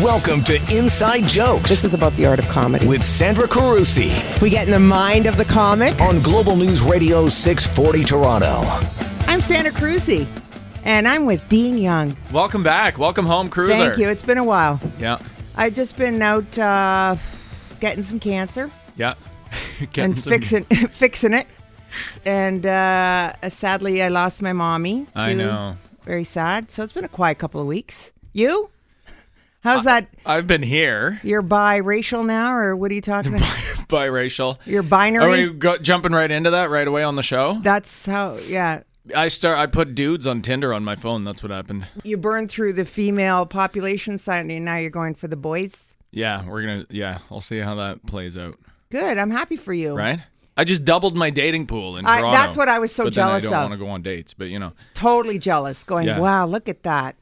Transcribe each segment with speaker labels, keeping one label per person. Speaker 1: Welcome to Inside Jokes
Speaker 2: This is about the art of comedy.
Speaker 1: with Sandra Carusi
Speaker 2: We get in the mind of the comic.
Speaker 1: on Global News Radio 640 Toronto.
Speaker 2: I'm Santa Cruzy, and I'm with Dean Young.
Speaker 3: Welcome back. Welcome home, Cruiser.
Speaker 2: Thank you. It's been a while.
Speaker 3: Yeah.
Speaker 2: I've just been out uh, getting some cancer
Speaker 3: Yeah. Getting
Speaker 2: and
Speaker 3: some-
Speaker 2: fixing fixing it. And uh, sadly, I lost my mommy.
Speaker 3: I
Speaker 2: too.
Speaker 3: know.
Speaker 2: Very sad. So it's been a quiet couple of weeks. You? How's that?
Speaker 3: I've been here.
Speaker 2: You're biracial now, or what are you talking about?
Speaker 3: Biracial.
Speaker 2: You're
Speaker 3: Are
Speaker 2: binary.
Speaker 3: we go- jumping right into that right away on the show?
Speaker 2: That's how. Yeah.
Speaker 3: I start. I put dudes on Tinder on my phone. That's what happened.
Speaker 2: You burned through the female population side, and now you're going for the boys.
Speaker 3: Yeah, we're gonna. Yeah, I'll see how that plays out.
Speaker 2: Good. I'm happy for you.
Speaker 3: Right. I just doubled my dating pool in
Speaker 2: I-
Speaker 3: Toronto.
Speaker 2: that's what I was so
Speaker 3: but
Speaker 2: jealous
Speaker 3: then I don't
Speaker 2: of.
Speaker 3: want to go on dates, but you know,
Speaker 2: Totally jealous. Going,
Speaker 3: Yeah.
Speaker 2: wow, look at that.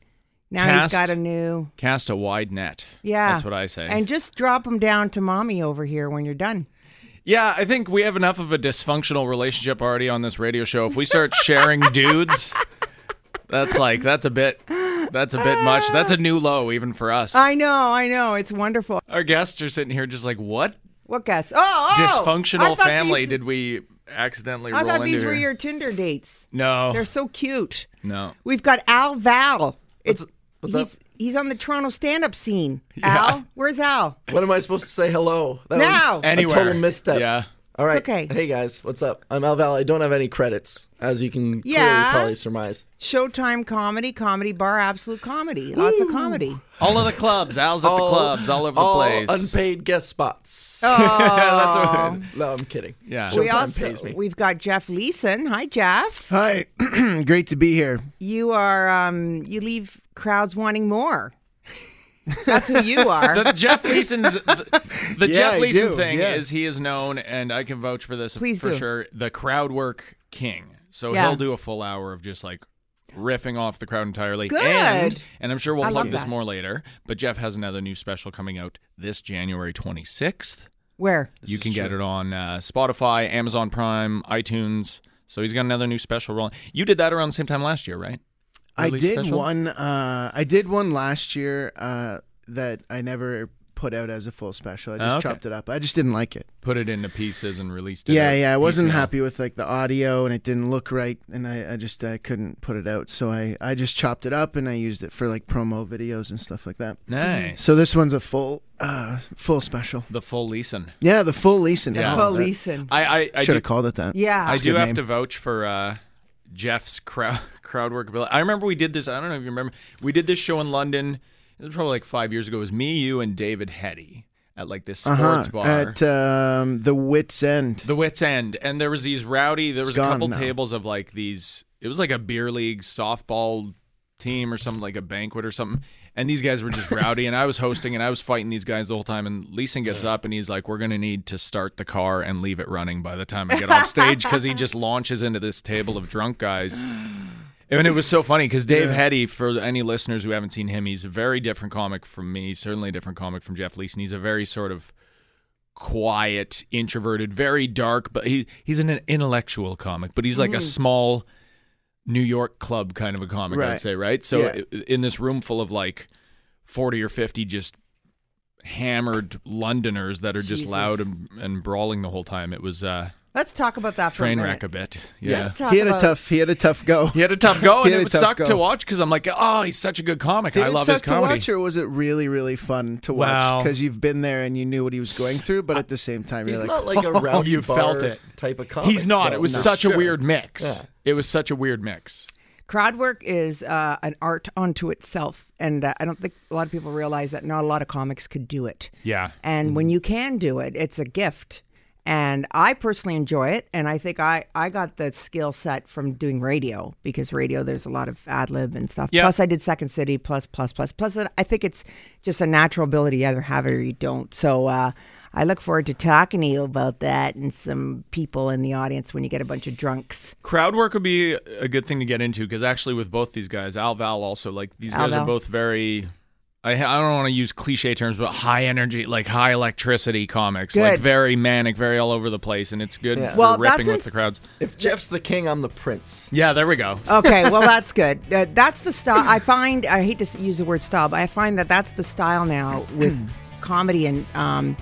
Speaker 2: Now he's
Speaker 3: Cast-
Speaker 2: got a new.
Speaker 3: cast a wide net.
Speaker 2: Yeah.
Speaker 3: That's what I say.
Speaker 2: And just drop him down to mommy over here when you're done.
Speaker 3: Yeah, I think we have enough of a dysfunctional relationship already on this radio show. If we start sharing dudes, that's like that's a bit that's a bit much. That's a new low even for us.
Speaker 2: I know. I know. It's wonderful.
Speaker 3: Our guests are sitting here just like, what
Speaker 2: What guess? Oh, oh I
Speaker 3: dysfunctional
Speaker 2: thought
Speaker 3: family
Speaker 2: these-
Speaker 3: did we accidentally
Speaker 2: I
Speaker 3: roll
Speaker 2: thought
Speaker 3: into Oh.
Speaker 2: these
Speaker 3: here?
Speaker 2: were your Tinder dates.
Speaker 3: no,
Speaker 2: They're so cute.
Speaker 3: no.
Speaker 2: We've got Al Val. It's
Speaker 4: what's
Speaker 2: he's
Speaker 4: up?
Speaker 2: he's on the Toronto stand-up scene.
Speaker 3: Yeah.
Speaker 2: Al, where's Al?
Speaker 4: When am I supposed to say hello? That
Speaker 2: Now!
Speaker 4: was
Speaker 3: Anywhere.
Speaker 4: a total misstep.
Speaker 3: Yeah.
Speaker 4: All right.
Speaker 2: okay.
Speaker 4: Hey guys, what's up? I'm Al Val. I don't have any credits, as you can
Speaker 2: Yeah.
Speaker 4: clearly probably surmise.
Speaker 2: Showtime comedy, comedy bar, absolute comedy, lots of comedy.
Speaker 3: All of the clubs, Al's at the clubs, all over
Speaker 4: all
Speaker 3: the place.
Speaker 4: Unpaid guest spots.
Speaker 3: That's what it is.
Speaker 4: No, I'm kidding.
Speaker 3: Yeah.
Speaker 4: Showtime
Speaker 2: Oh. we also
Speaker 4: pays me.
Speaker 2: we've got Jeff Leeson. Hi, Jeff.
Speaker 5: Hi, great to be here.
Speaker 2: You are um, you leave crowds wanting more. That's who you are.
Speaker 3: The Jeff Leeson's the, the
Speaker 5: Yeah, I
Speaker 3: Jeff Leeson
Speaker 5: do,
Speaker 3: thing
Speaker 5: yeah.
Speaker 3: is he is known, and I can vouch for this
Speaker 2: Please
Speaker 3: for
Speaker 2: do.
Speaker 3: sure. The crowd work king, so
Speaker 2: Yeah.
Speaker 3: he'll do a full hour of just like riffing off the crowd entirely.
Speaker 2: Good.
Speaker 3: And, and I'm sure we'll
Speaker 2: I
Speaker 3: plug
Speaker 2: love
Speaker 3: this
Speaker 2: that.
Speaker 3: more later. But Jeff has another new special coming out this January 26th.
Speaker 2: Where?
Speaker 3: you can get it on uh, Spotify, Amazon Prime, iTunes. So he's got another new special rolling. You did that around the same time last year, right?
Speaker 5: I
Speaker 3: Really
Speaker 5: did
Speaker 3: special?
Speaker 5: one. Uh, I did one last year uh, that I never put out as a full special. I just
Speaker 3: Oh, okay.
Speaker 5: chopped it up. I just didn't like it.
Speaker 3: Put it into pieces and released it.
Speaker 5: yeah,
Speaker 3: out
Speaker 5: yeah. I wasn't
Speaker 3: piecemeal.
Speaker 5: happy with like the audio, and it didn't look right, and I, I just I couldn't put it out. So I I just chopped it up, and I used it for like promo videos and stuff like that.
Speaker 3: Nice.
Speaker 5: So this one's a full uh, full special.
Speaker 3: the full Leeson.
Speaker 5: Yeah, the full Leeson.
Speaker 3: Yeah.
Speaker 2: Phil Leeson.
Speaker 3: I I, I
Speaker 5: Should
Speaker 3: do
Speaker 5: have called it that.
Speaker 2: Yeah.
Speaker 3: I
Speaker 5: That's a
Speaker 3: do
Speaker 5: good
Speaker 3: have
Speaker 5: name.
Speaker 3: to vouch for uh, Jeff's crowd crowd work ability. I remember we did this. I don't know if you remember. We did this show in London. It was probably like five years ago. It was me, you, and David Hetty at like this sports
Speaker 5: Uh-huh.
Speaker 3: bar,
Speaker 5: At um, the Wits End.
Speaker 3: the Wits End, and there was these rowdy. There was a
Speaker 5: gone
Speaker 3: couple
Speaker 5: now.
Speaker 3: tables of like these. It was like a beer league softball team or something like a banquet or something. And these guys were just rowdy, and I was hosting, and I was fighting these guys the whole time. And Leeson gets up, and he's like, "We're gonna need to start the car and leave it running by the time I get off stage," because he just launches into this table of drunk guys. And it was so funny because Dave Hetty, for any listeners who haven't seen him, he's a very different comic from me, certainly a different comic from Jeff Leeson. He's a very sort of quiet, introverted, very dark, but he he's an intellectual comic, but he's like a small New York club kind of a comic, I'd
Speaker 5: Right.
Speaker 3: say, right? So
Speaker 5: Yeah.
Speaker 3: i- in this room full of like 40 or 50 just hammered Londoners that are just
Speaker 2: Jesus.
Speaker 3: loud and, and brawling the whole time, it was uh,
Speaker 2: Let's talk about that for
Speaker 3: train
Speaker 2: a
Speaker 3: wreck
Speaker 2: minute.
Speaker 3: a bit. yeah.
Speaker 2: Let's talk
Speaker 5: He had a
Speaker 2: about-
Speaker 5: tough. He had a tough go.
Speaker 3: He had a tough go,
Speaker 5: He
Speaker 3: and
Speaker 5: had
Speaker 3: it
Speaker 5: a
Speaker 3: would
Speaker 5: tough
Speaker 3: suck to
Speaker 5: go.
Speaker 3: watch because I'm like, oh, he's such a good comic.
Speaker 5: Did
Speaker 3: I
Speaker 5: it
Speaker 3: love
Speaker 5: suck
Speaker 3: his
Speaker 5: to
Speaker 3: comedy.
Speaker 5: watch, or was it really, really fun to
Speaker 3: Wow.
Speaker 5: watch? Because you've been there and you knew what he was going through, but at the same time,
Speaker 4: He's
Speaker 5: you're like,
Speaker 4: not like a rowdy
Speaker 3: Oh, you
Speaker 4: bar
Speaker 3: felt it.
Speaker 4: type of comic.
Speaker 3: He's not.
Speaker 4: though.
Speaker 3: It was
Speaker 4: No.
Speaker 3: such a
Speaker 4: Sure.
Speaker 3: weird mix.
Speaker 4: Yeah.
Speaker 3: It was such a weird mix.
Speaker 2: Crowd work is uh, an art unto itself, and uh, I don't think a lot of people realize that not a lot of comics could do it.
Speaker 3: Yeah. Mm-hmm.
Speaker 2: And when you can do it, it's a gift. And I personally enjoy it, and I think I, I got the skill set from doing radio because radio there's a lot of ad lib and stuff.
Speaker 3: Yeah.
Speaker 2: Plus, I did Second City. Plus, plus, plus, plus. I think it's just a natural ability. You either have it or you don't. So uh, I look forward to talking to you about that and some people in the audience when you get a bunch of drunks.
Speaker 3: Crowd work would be a good thing to get into because actually, with both these guys, Al Val also like these
Speaker 2: Al
Speaker 3: guys
Speaker 2: Val.
Speaker 3: are both very. I, ha- I don't want to use cliche terms, but high energy, like high electricity comics, like
Speaker 2: Good.
Speaker 3: very manic, very all over the place, and it's good
Speaker 4: Yeah.
Speaker 3: for
Speaker 2: Well,
Speaker 3: ripping
Speaker 2: that's
Speaker 3: with
Speaker 2: ins-
Speaker 3: the crowds.
Speaker 4: If Jeff's the king, I'm the prince.
Speaker 3: Yeah, there we go.
Speaker 2: Okay, well that's good. Uh, that's the style. I find I hate to s- use the word style, but I find that that's the style now with comedy and um,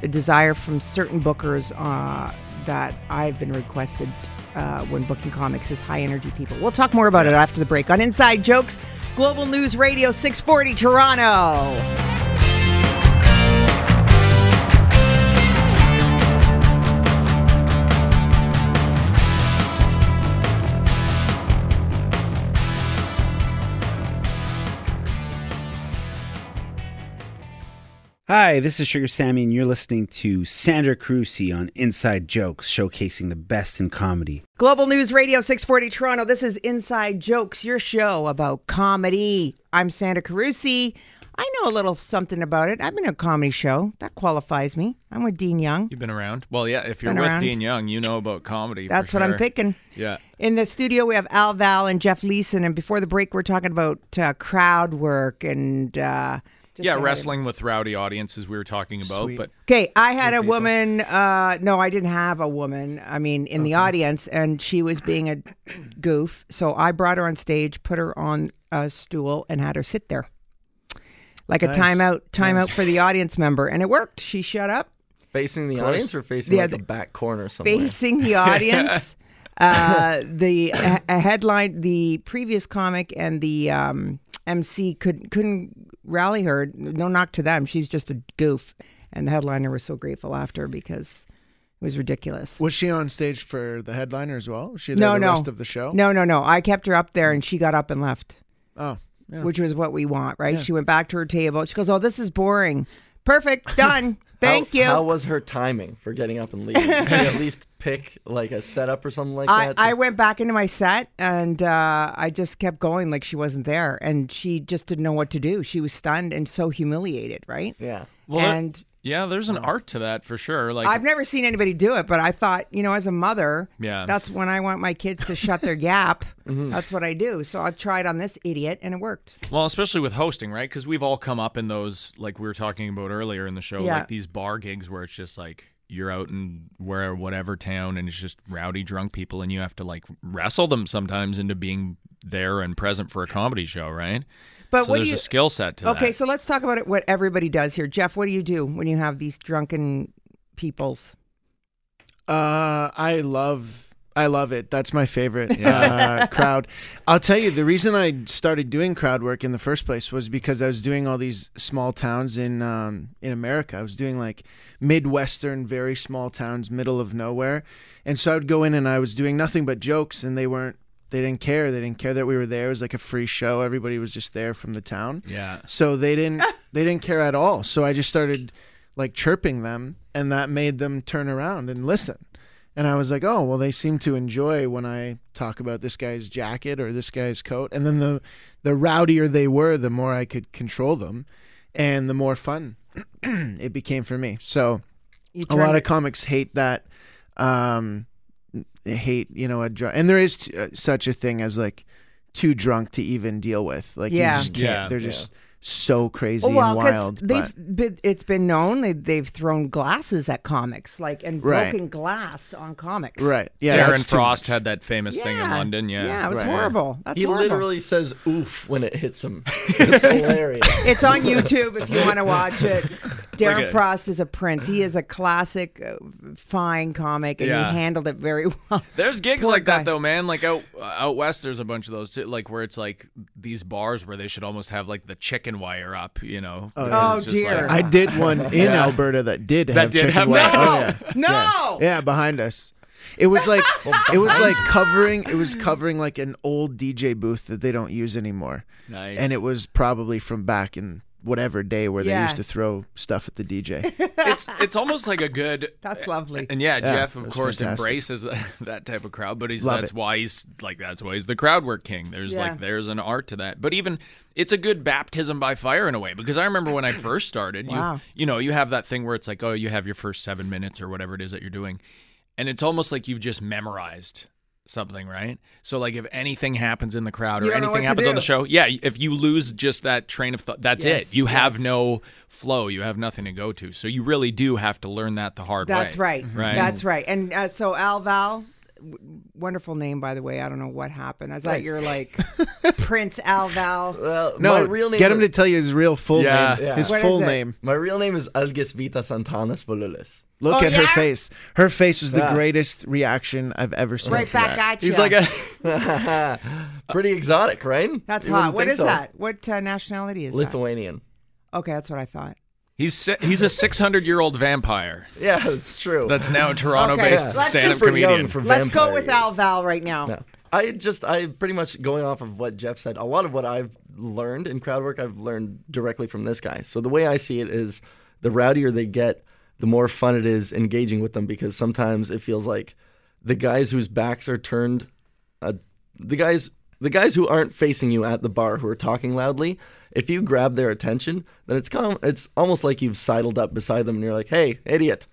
Speaker 2: the desire from certain bookers uh, that I've been requested uh, when booking comics is high energy people. We'll talk more about it after the break on Inside Jokes, Global News Radio 640 Toronto.
Speaker 6: Hi, this is Sugar Sammy, and you're listening to Sandra Carusi on Inside Jokes, showcasing the best in comedy.
Speaker 2: Global News Radio 640 Toronto. This is Inside Jokes, your show about comedy. I'm Sandra Carusi. I know a little something about it. I've been on a comedy show. That qualifies me. I'm with Dean Young.
Speaker 3: You've been around. Well, yeah, if you're
Speaker 2: Been
Speaker 3: with
Speaker 2: around.
Speaker 3: Dean Young, you know about comedy. for
Speaker 2: That's what I'm
Speaker 3: sure.
Speaker 2: thinking.
Speaker 3: Yeah.
Speaker 2: In the studio, we have Al Val and Jeff Leeson. And before the break, we're talking about uh, crowd work and. Uh, just
Speaker 3: yeah,
Speaker 2: how to-
Speaker 3: wrestling with rowdy audiences we were talking about, but
Speaker 2: Okay, I had a woman. Uh, no, I didn't have a woman. I mean, in the audience, and she was being a goof. So I brought her on stage, put her on a stool, and had her sit there, like a timeout, timeout for the audience member, and it worked. She shut up,
Speaker 4: Facing the audience or facing
Speaker 2: Yeah,
Speaker 4: like
Speaker 2: the-
Speaker 4: a back corner somewhere.
Speaker 2: facing the audience. uh, the a, a headline, the previous comic, and the um, MC could couldn't rally her. No knock to them. She's just a goof, and the headliner was so grateful after because it was ridiculous.
Speaker 5: Was she on stage for the headliner as well? Was she there
Speaker 2: No,
Speaker 5: the
Speaker 2: no.
Speaker 5: rest of the show?
Speaker 2: No, no, no. I kept her up there, and she got up and left,
Speaker 5: Oh, yeah.
Speaker 2: which was what we want, right? She went back to her table. She goes, "Oh, this is boring. Perfect, done.
Speaker 4: How-
Speaker 2: Thank you."
Speaker 4: How was her timing for getting up and leaving? Did she at least pick like a setup or something like
Speaker 2: I,
Speaker 4: that?
Speaker 2: I went back into my set and uh, I just kept going like she wasn't there. And she just didn't know what to do. She was stunned and so humiliated, right?
Speaker 4: yeah.
Speaker 3: Well, that-
Speaker 2: and
Speaker 3: yeah, there's an art to that for sure. Like
Speaker 2: I've never seen anybody do it, but I thought, you know, as a mother,
Speaker 3: Yeah.
Speaker 2: that's when I want my kids to shut their gap. That's what I do. So I tried on this idiot and it worked.
Speaker 3: Well, especially with hosting, right? Because we've all come up in those, like we were talking about earlier in the show,
Speaker 2: Yeah.
Speaker 3: like these bar gigs where it's just like you're out in where whatever town, and it's just rowdy drunk people, and you have to like wrestle them sometimes into being there and present for a comedy show, right?
Speaker 2: But
Speaker 3: so
Speaker 2: what do
Speaker 3: there's
Speaker 2: you.
Speaker 3: a skill set to
Speaker 2: okay,
Speaker 3: that.
Speaker 2: so let's talk about it, what everybody does here. Jeff, what do you do when you have these drunken peoples?
Speaker 5: Uh, I love I love it. That's my favorite uh, crowd. I'll tell you the reason I started doing crowd work in the first place was because I was doing all these small towns in um, in America. I was doing like midwestern, very small towns, middle of nowhere, and so I would go in and I was doing nothing but jokes, and they weren't. They didn't care. They didn't care that we were there. It was like a free show. Everybody was just there from the town.
Speaker 3: yeah.
Speaker 5: So they didn't they didn't care at all. So I just started like chirping them and that made them turn around and listen. And I was like, "Oh, well they seem to enjoy when I talk about this guy's jacket or this guy's coat." And then the the rowdier they were, the more I could control them and the more fun it became for me. So
Speaker 2: You
Speaker 5: a lot of comics hate that um hate, you know, a drunk. And there is t- uh, such a thing as like too drunk to even deal with. Like
Speaker 2: Yeah.
Speaker 5: you just can't.
Speaker 3: Yeah.
Speaker 5: They're just so crazy
Speaker 2: Oh, well,
Speaker 5: and
Speaker 2: 'cause
Speaker 5: wild.
Speaker 2: They've
Speaker 5: But
Speaker 2: been, it's been known they, they've thrown glasses at comics, like and
Speaker 5: Right.
Speaker 2: broken glass on comics.
Speaker 5: right. Yeah. that's
Speaker 3: Darren
Speaker 5: too
Speaker 3: Frost
Speaker 5: much.
Speaker 3: had that famous thing in London. Yeah.
Speaker 2: yeah, it was
Speaker 5: Right.
Speaker 2: horrible. That's
Speaker 4: He
Speaker 2: horrible.
Speaker 4: literally says oof when it hits him. It's hilarious.
Speaker 2: It's on YouTube if you want to watch it. Darren Frost is a prince. He is a classic, uh, fine comic, and
Speaker 3: Yeah.
Speaker 2: he handled it very well.
Speaker 3: There's gigs
Speaker 2: Poor
Speaker 3: like
Speaker 2: guy.
Speaker 3: that though, man. Like out uh, out west, there's a bunch of those too. Like where it's like these bars where they should almost have like the chicken wire up, you know? Oh,
Speaker 2: yeah. Oh, dear.
Speaker 5: I did one in Alberta that did have
Speaker 3: did
Speaker 5: chicken
Speaker 3: have-
Speaker 5: wire.
Speaker 3: No!
Speaker 5: Oh, yeah.
Speaker 2: No!
Speaker 5: Yeah. Yeah, behind us. It was like it was like covering it was covering like an old DJ booth that they don't use anymore.
Speaker 3: Nice.
Speaker 5: And it was probably from back in whatever day where they
Speaker 2: Yeah.
Speaker 5: used to throw stuff at the DJ.
Speaker 3: it's it's almost like a good
Speaker 2: That's lovely.
Speaker 3: And yeah, Jeff of
Speaker 5: that's
Speaker 3: course
Speaker 5: fantastic.
Speaker 3: embraces that, that type of crowd, but he's
Speaker 5: Love
Speaker 3: that's
Speaker 5: it.
Speaker 3: why he's like that's why he's the crowd work king. There's
Speaker 2: Yeah.
Speaker 3: like there's an art to that. But even it's a good baptism by fire in a way because I remember when I first started,
Speaker 2: Wow.
Speaker 3: you you know, you have that thing where it's like oh, you have your first 7 minutes or whatever it is that you're doing. And it's almost like you've just memorized something, right? So like if anything happens in the crowd
Speaker 2: You
Speaker 3: or
Speaker 2: don't know what
Speaker 3: anything
Speaker 2: to
Speaker 3: happens on
Speaker 2: do.
Speaker 3: the show, yeah, if you lose just that train of thought, that's
Speaker 2: Yes,
Speaker 3: it. You have
Speaker 2: yes.
Speaker 3: no flow, you have nothing to go to. So you really do have to learn that the hard way.
Speaker 2: That's right.
Speaker 3: Right.
Speaker 2: That's right. And uh, so Al Val, w- wonderful name by the way. I don't know what happened. I thought you were like Prince Al Val.
Speaker 4: Well,
Speaker 5: No,
Speaker 4: my real name
Speaker 5: get him
Speaker 4: is,
Speaker 5: to tell you his real full
Speaker 3: Yeah.
Speaker 5: name.
Speaker 4: Yeah.
Speaker 5: His
Speaker 2: What
Speaker 5: full
Speaker 2: is it?
Speaker 5: name.
Speaker 4: my real name is Algis Vita Santanas Volulis.
Speaker 5: Look
Speaker 2: Oh,
Speaker 5: at her
Speaker 2: yeah?
Speaker 5: face. Her face was the
Speaker 4: Yeah.
Speaker 5: greatest reaction I've ever seen.
Speaker 2: Right
Speaker 5: to
Speaker 2: back
Speaker 5: that.
Speaker 2: at you.
Speaker 4: He's like a pretty exotic, right?
Speaker 2: That's
Speaker 4: You
Speaker 2: hot.
Speaker 4: wouldn't
Speaker 2: What
Speaker 4: think
Speaker 2: is
Speaker 4: so.
Speaker 2: that? What uh, nationality is
Speaker 4: Lithuanian.
Speaker 2: that? Okay, that's what I thought.
Speaker 3: He's si- he's a 600 year old vampire
Speaker 4: Yeah, it's true.
Speaker 3: that's now a Toronto based
Speaker 2: Okay, let's
Speaker 3: stand up
Speaker 2: just-
Speaker 4: Super young
Speaker 3: comedian.
Speaker 4: for
Speaker 2: Let's go
Speaker 4: vampire
Speaker 2: with
Speaker 4: years.
Speaker 2: Al Val right now.
Speaker 4: Yeah. I just I pretty much going off of what Jeff said. A lot of what I've learned in crowd work, I've learned directly from this guy. So the way I see it is, the rowdier they get, the more fun it is engaging with them because sometimes it feels like the guys whose backs are turned, uh, the guys the guys who aren't facing you at the bar who are talking loudly. If you grab their attention, then it's com- it's almost like you've sidled up beside them and you're like, "Hey, idiot."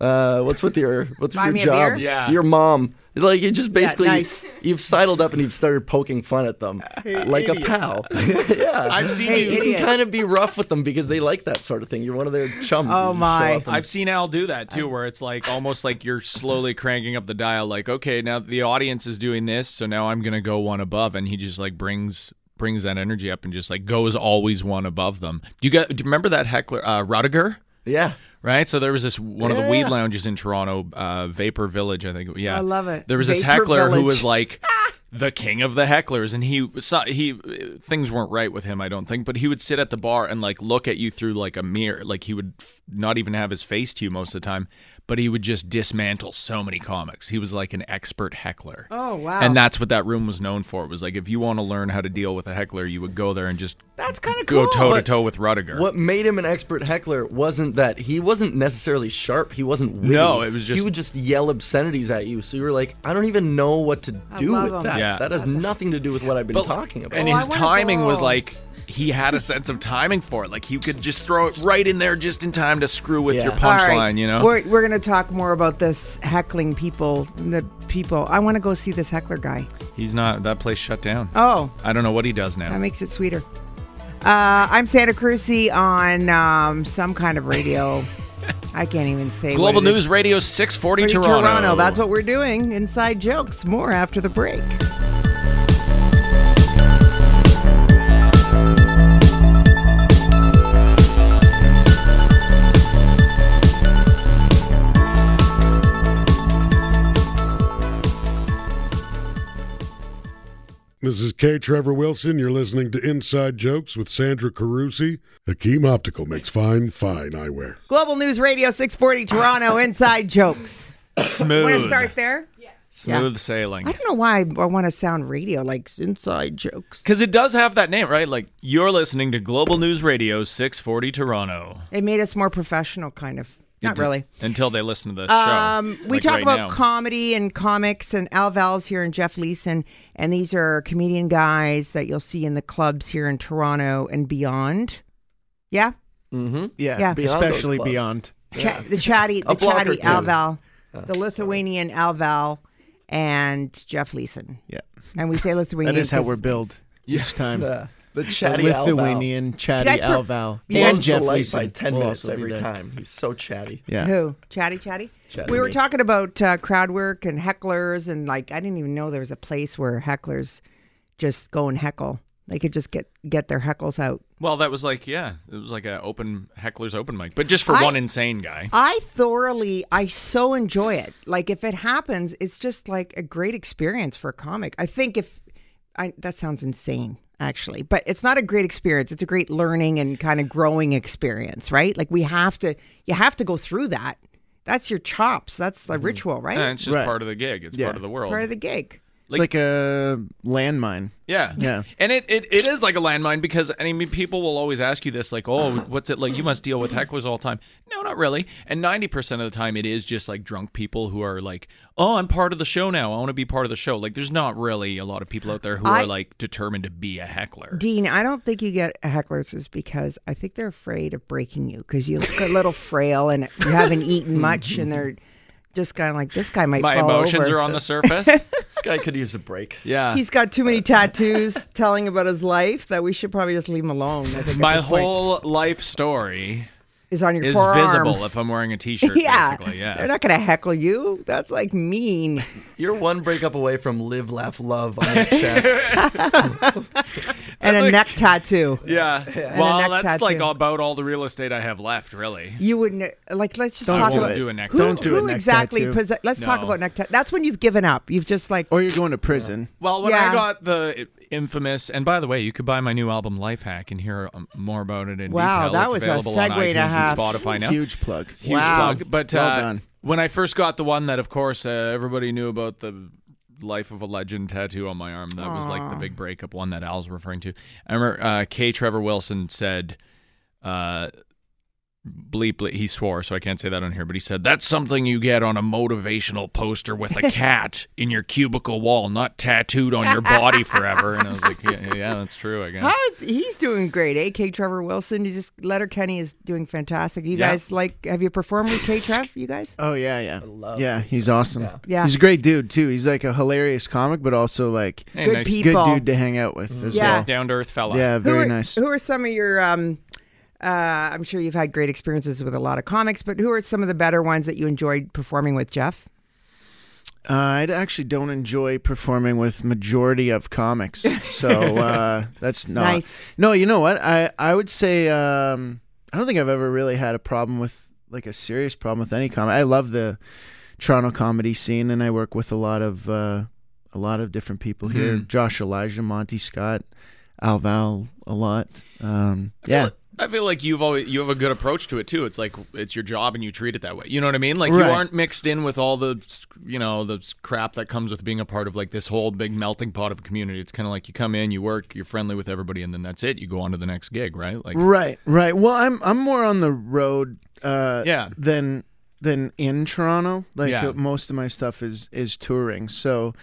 Speaker 4: Uh, what's with your what's with
Speaker 2: Buy
Speaker 4: your
Speaker 2: me a
Speaker 4: job?
Speaker 2: beer?
Speaker 3: Yeah.
Speaker 4: Your mom. Like you just basically
Speaker 2: nice.
Speaker 4: you've sidled up and you've started poking fun at them like a pal. yeah.
Speaker 3: I've seen
Speaker 2: Hey,
Speaker 3: you.
Speaker 2: idiot.
Speaker 4: you can kind of be rough with them because they like that sort of thing. You're one of their chums.
Speaker 2: Oh,
Speaker 4: You just show
Speaker 2: my.
Speaker 4: up and-
Speaker 3: I've seen Al do that too, where it's like almost like you're slowly cranking up the dial. Like, okay, now the audience is doing this, so now I'm gonna go one above, and he just like brings brings that energy up and just like goes always one above them. Do you got? Do you remember that heckler uh, Rudiger?
Speaker 4: yeah.
Speaker 3: Right, so there was this one of the weed lounges in Toronto, uh, Vapor Village, I think. Yeah,
Speaker 2: I love it.
Speaker 3: There was this
Speaker 2: Vapor
Speaker 3: heckler who
Speaker 2: Village. Ah!
Speaker 3: was like the king of the hecklers, and he so- he things weren't right with him, I don't think. But he would sit at the bar and like look at you through like a mirror, like he would f- not even have his face to you most of the time, but he would just dismantle so many comics. He was like an expert heckler.
Speaker 2: Oh, wow.
Speaker 3: And that's what that room was known for. It was like if you want to learn how to deal with a heckler, you would go there and just
Speaker 2: That's kind of
Speaker 3: go
Speaker 2: cool.
Speaker 3: toe to toe with Rudiger.
Speaker 4: What made him an expert heckler wasn't that he wasn't necessarily sharp. He wasn't witty.
Speaker 3: No, it was just-
Speaker 4: he would just yell obsenities at you. So you were like, I don't even know what to do
Speaker 2: love
Speaker 4: with
Speaker 2: him.
Speaker 4: that.
Speaker 3: Yeah.
Speaker 4: That has nothing to do with what I've been
Speaker 3: But-
Speaker 4: talking about.
Speaker 3: And
Speaker 2: Oh, I
Speaker 3: his
Speaker 2: wanna
Speaker 3: timing was
Speaker 2: go.
Speaker 3: like he had a sense of timing for it. Like he could just throw it right in there just in time to screw with
Speaker 4: Yeah.
Speaker 3: your
Speaker 2: All
Speaker 3: punchline,
Speaker 2: right.
Speaker 3: you know?
Speaker 2: We're, we're going to talk more about this heckling people, the people. I want to go see this heckler guy.
Speaker 3: He's not that place shut down.
Speaker 2: Oh,
Speaker 3: I don't know what he does
Speaker 2: that
Speaker 3: now.
Speaker 2: makes it sweeter. Uh, I'm Santa Cruci on um, some kind of radio. I can't even say.
Speaker 3: Global
Speaker 2: what it is.
Speaker 3: News Radio 640
Speaker 2: Pretty
Speaker 3: Toronto.
Speaker 2: That's what we're doing. Inside jokes. More after the break.
Speaker 7: This is K. Trevor Wilson. You're listening to Inside Jokes with Sandra Carusi. Hakeem Optical makes fine, fine eyewear.
Speaker 2: Global News Radio 640 Toronto. Inside jokes.
Speaker 3: Smooth.
Speaker 2: Want to start there?
Speaker 3: Smooth sailing.
Speaker 2: I don't know why I, I want to sound radio like inside jokes.
Speaker 3: Because it does have that name, right? Like you're listening to Global News Radio 640 Toronto.
Speaker 2: It made us more professional, kind of. Not
Speaker 3: Until-
Speaker 2: really.
Speaker 3: Until they listen to this
Speaker 2: Um,
Speaker 3: show.
Speaker 2: we
Speaker 3: like
Speaker 2: talk
Speaker 3: right
Speaker 2: about
Speaker 3: now.
Speaker 2: comedy and comics and Al Val's here and Jeff Leeson. And these are comedian guys that you'll see in the clubs here in Toronto and beyond. Yeah?
Speaker 5: Yeah,
Speaker 2: Yeah.
Speaker 4: Beyond those
Speaker 5: especially
Speaker 4: clubs.
Speaker 5: beyond.
Speaker 2: Cha- the chatty, the
Speaker 4: A block or
Speaker 2: chatty
Speaker 4: two.
Speaker 2: Al Val, the Lithuanian Al Val, and Jeff Leeson.
Speaker 5: Yeah,
Speaker 2: And we say Lithuanian.
Speaker 5: that is how
Speaker 2: 'cause-
Speaker 5: we're billed each time.
Speaker 4: the, the chatty Alval.
Speaker 5: Lithuanian
Speaker 2: You
Speaker 5: chatty
Speaker 2: guys were-
Speaker 5: Alval
Speaker 2: you
Speaker 5: and
Speaker 2: guys-
Speaker 5: Jeff
Speaker 4: the light
Speaker 5: Leeson
Speaker 4: by 10
Speaker 5: will
Speaker 4: minutes
Speaker 5: also be
Speaker 4: every
Speaker 5: there.
Speaker 4: time. He's so chatty.
Speaker 5: Yeah,
Speaker 2: Who? Chatty, chatty?
Speaker 4: Chatty
Speaker 2: we were
Speaker 4: me.
Speaker 2: talking about uh, crowd work and hecklers, and like, I didn't even know there was a place where hecklers just go and heckle. They could just get, get their heckles out.
Speaker 3: Well, that was like, yeah, it was like an open, heckler's open mic, but just for
Speaker 2: I-
Speaker 3: one insane guy.
Speaker 2: I thoroughly, I so enjoy it. Like, if it happens, it's just like a great experience for a comic. I think if I, that sounds insane, actually, but it's not a great experience. It's a great learning and kind of growing experience, right? Like, we have to, you have to go through that. That's your chops. That's
Speaker 4: Mm-hmm.
Speaker 2: the ritual, right?
Speaker 3: Yeah, it's just
Speaker 5: Right.
Speaker 3: part of the gig. It's
Speaker 5: Yeah.
Speaker 3: part of the world.
Speaker 2: Part of the gig.
Speaker 5: it's like a landmine.
Speaker 3: Yeah.
Speaker 5: Yeah.
Speaker 3: And it, it, it is like a landmine because, I mean, people will always ask you this, like, oh, what's it like? You must deal with hecklers all the time. No, not really. And 90% of the time, it is just like drunk people who are like, oh, I'm part of the show now. I want to be part of the show. Like, there's not really a lot of people out there who
Speaker 2: I-
Speaker 3: are like determined to be a heckler.
Speaker 2: Dean, I don't think you get hecklers is because I think they're afraid of breaking you because you look a little frail and you haven't eaten much and they're just kind of like this guy might.
Speaker 3: My
Speaker 2: fall
Speaker 3: emotions
Speaker 2: over.
Speaker 3: are on the surface.
Speaker 4: This guy could use a break.
Speaker 3: Yeah.
Speaker 2: He's got too many tattoos telling about his life that we should probably just leave him alone. I think at
Speaker 3: My
Speaker 2: this point.
Speaker 3: whole life story
Speaker 2: is on your
Speaker 3: is
Speaker 2: forearm.
Speaker 3: visible if I'm wearing a t-shirt
Speaker 2: yeah.
Speaker 3: basically. Yeah.
Speaker 2: they're not gonna heckle you. That's like mean.
Speaker 4: You're one breakup away from live, laugh, love on your chest.
Speaker 2: and a neck tattoo.
Speaker 3: yeah.
Speaker 2: a
Speaker 3: Well,
Speaker 2: neck
Speaker 3: that's like
Speaker 2: tattoo.
Speaker 3: about all the real estate I have left, really.
Speaker 2: You wouldn't like. Let's just
Speaker 5: Don't
Speaker 2: talk
Speaker 5: do
Speaker 2: about
Speaker 5: it.
Speaker 3: Do a neck
Speaker 2: who,
Speaker 5: Don't do a
Speaker 2: who
Speaker 5: neck
Speaker 2: exactly.
Speaker 5: tattoo.
Speaker 2: possess- let's talk
Speaker 3: No.
Speaker 2: about neck tattoo. That's when you've given up. You've just like
Speaker 5: Or Oh, you're going to prison.
Speaker 3: Well, when
Speaker 2: Yeah.
Speaker 3: I got the infamous, and by the way, you could buy my new album Lifehack and hear um, more about it in
Speaker 2: Wow,
Speaker 3: detail.
Speaker 2: that
Speaker 3: it's
Speaker 2: was a
Speaker 3: available on
Speaker 2: segue
Speaker 3: iTunes
Speaker 2: to have.
Speaker 3: and Spotify now.
Speaker 5: Huge plug.
Speaker 3: huge
Speaker 2: Wow.
Speaker 3: plug. But
Speaker 5: Well
Speaker 3: uh,
Speaker 5: done.
Speaker 3: when I first got the one that, of course, uh, everybody knew about the "Life of a Legend" tattoo on my arm. That was like the big breakup one that Al's referring to. I remember uh, K. Trevor Wilson said, uh, "Bleep." bleep- He swore, so I can't say that on here. But he said that's something you get on a motivational poster with a cat in your cubicle wall, not tattooed on your body forever. And I was like, "Yeah, yeah that's true. I guess."
Speaker 2: How's he's doing great? eh? K. Trevor Wilson. You just Letter Kenny is doing fantastic. You
Speaker 3: Yeah.
Speaker 2: guys like? Have you performed with K. Trev? You guys?
Speaker 5: Oh yeah, yeah, yeah. He's awesome. Yeah.
Speaker 2: Yeah.
Speaker 5: he's a great dude too. He's like a hilarious comic, but also like
Speaker 3: Hey,
Speaker 2: Good
Speaker 3: nice-
Speaker 2: people.
Speaker 5: good dude to hang out with as
Speaker 2: Yeah.
Speaker 5: well.
Speaker 3: Down to earth fella.
Speaker 5: Yeah,
Speaker 2: Who
Speaker 5: very
Speaker 2: are,
Speaker 5: nice.
Speaker 2: Who are some of your? Um, uh, I'm sure you've had great experiences with a lot of comics, but who are some of the better ones that you enjoyed performing with, Jeff?
Speaker 5: Uh, I actually don't enjoy performing with majority of comics, so uh, that's not.
Speaker 2: Nice.
Speaker 5: No, you know what? I I would say um, I don't think I've ever really had a problem with like a serious problem with any comic. I love the Toronto comedy scene, and I work with a lot of uh, a lot of different people here.
Speaker 3: Hmm.
Speaker 5: Josh Elijah, Monty Scott, Al Val, a lot. Um, yeah.
Speaker 3: I feel like you've always you have a good approach to it too. It's like it's your job and you treat it that way. You know what I mean? Like
Speaker 5: Right.
Speaker 3: you aren't mixed in with all the you know the crap that comes with being a part of like this whole big melting pot of a community. It's kind of like you come in, you work, you're friendly with everybody, and then that's it. You go on to the next gig, right? Like
Speaker 5: Right, right. Well, I'm I'm more on the road uh
Speaker 3: Yeah.
Speaker 5: than than in Toronto. Like
Speaker 3: Yeah.
Speaker 5: uh, most of my stuff is is touring. So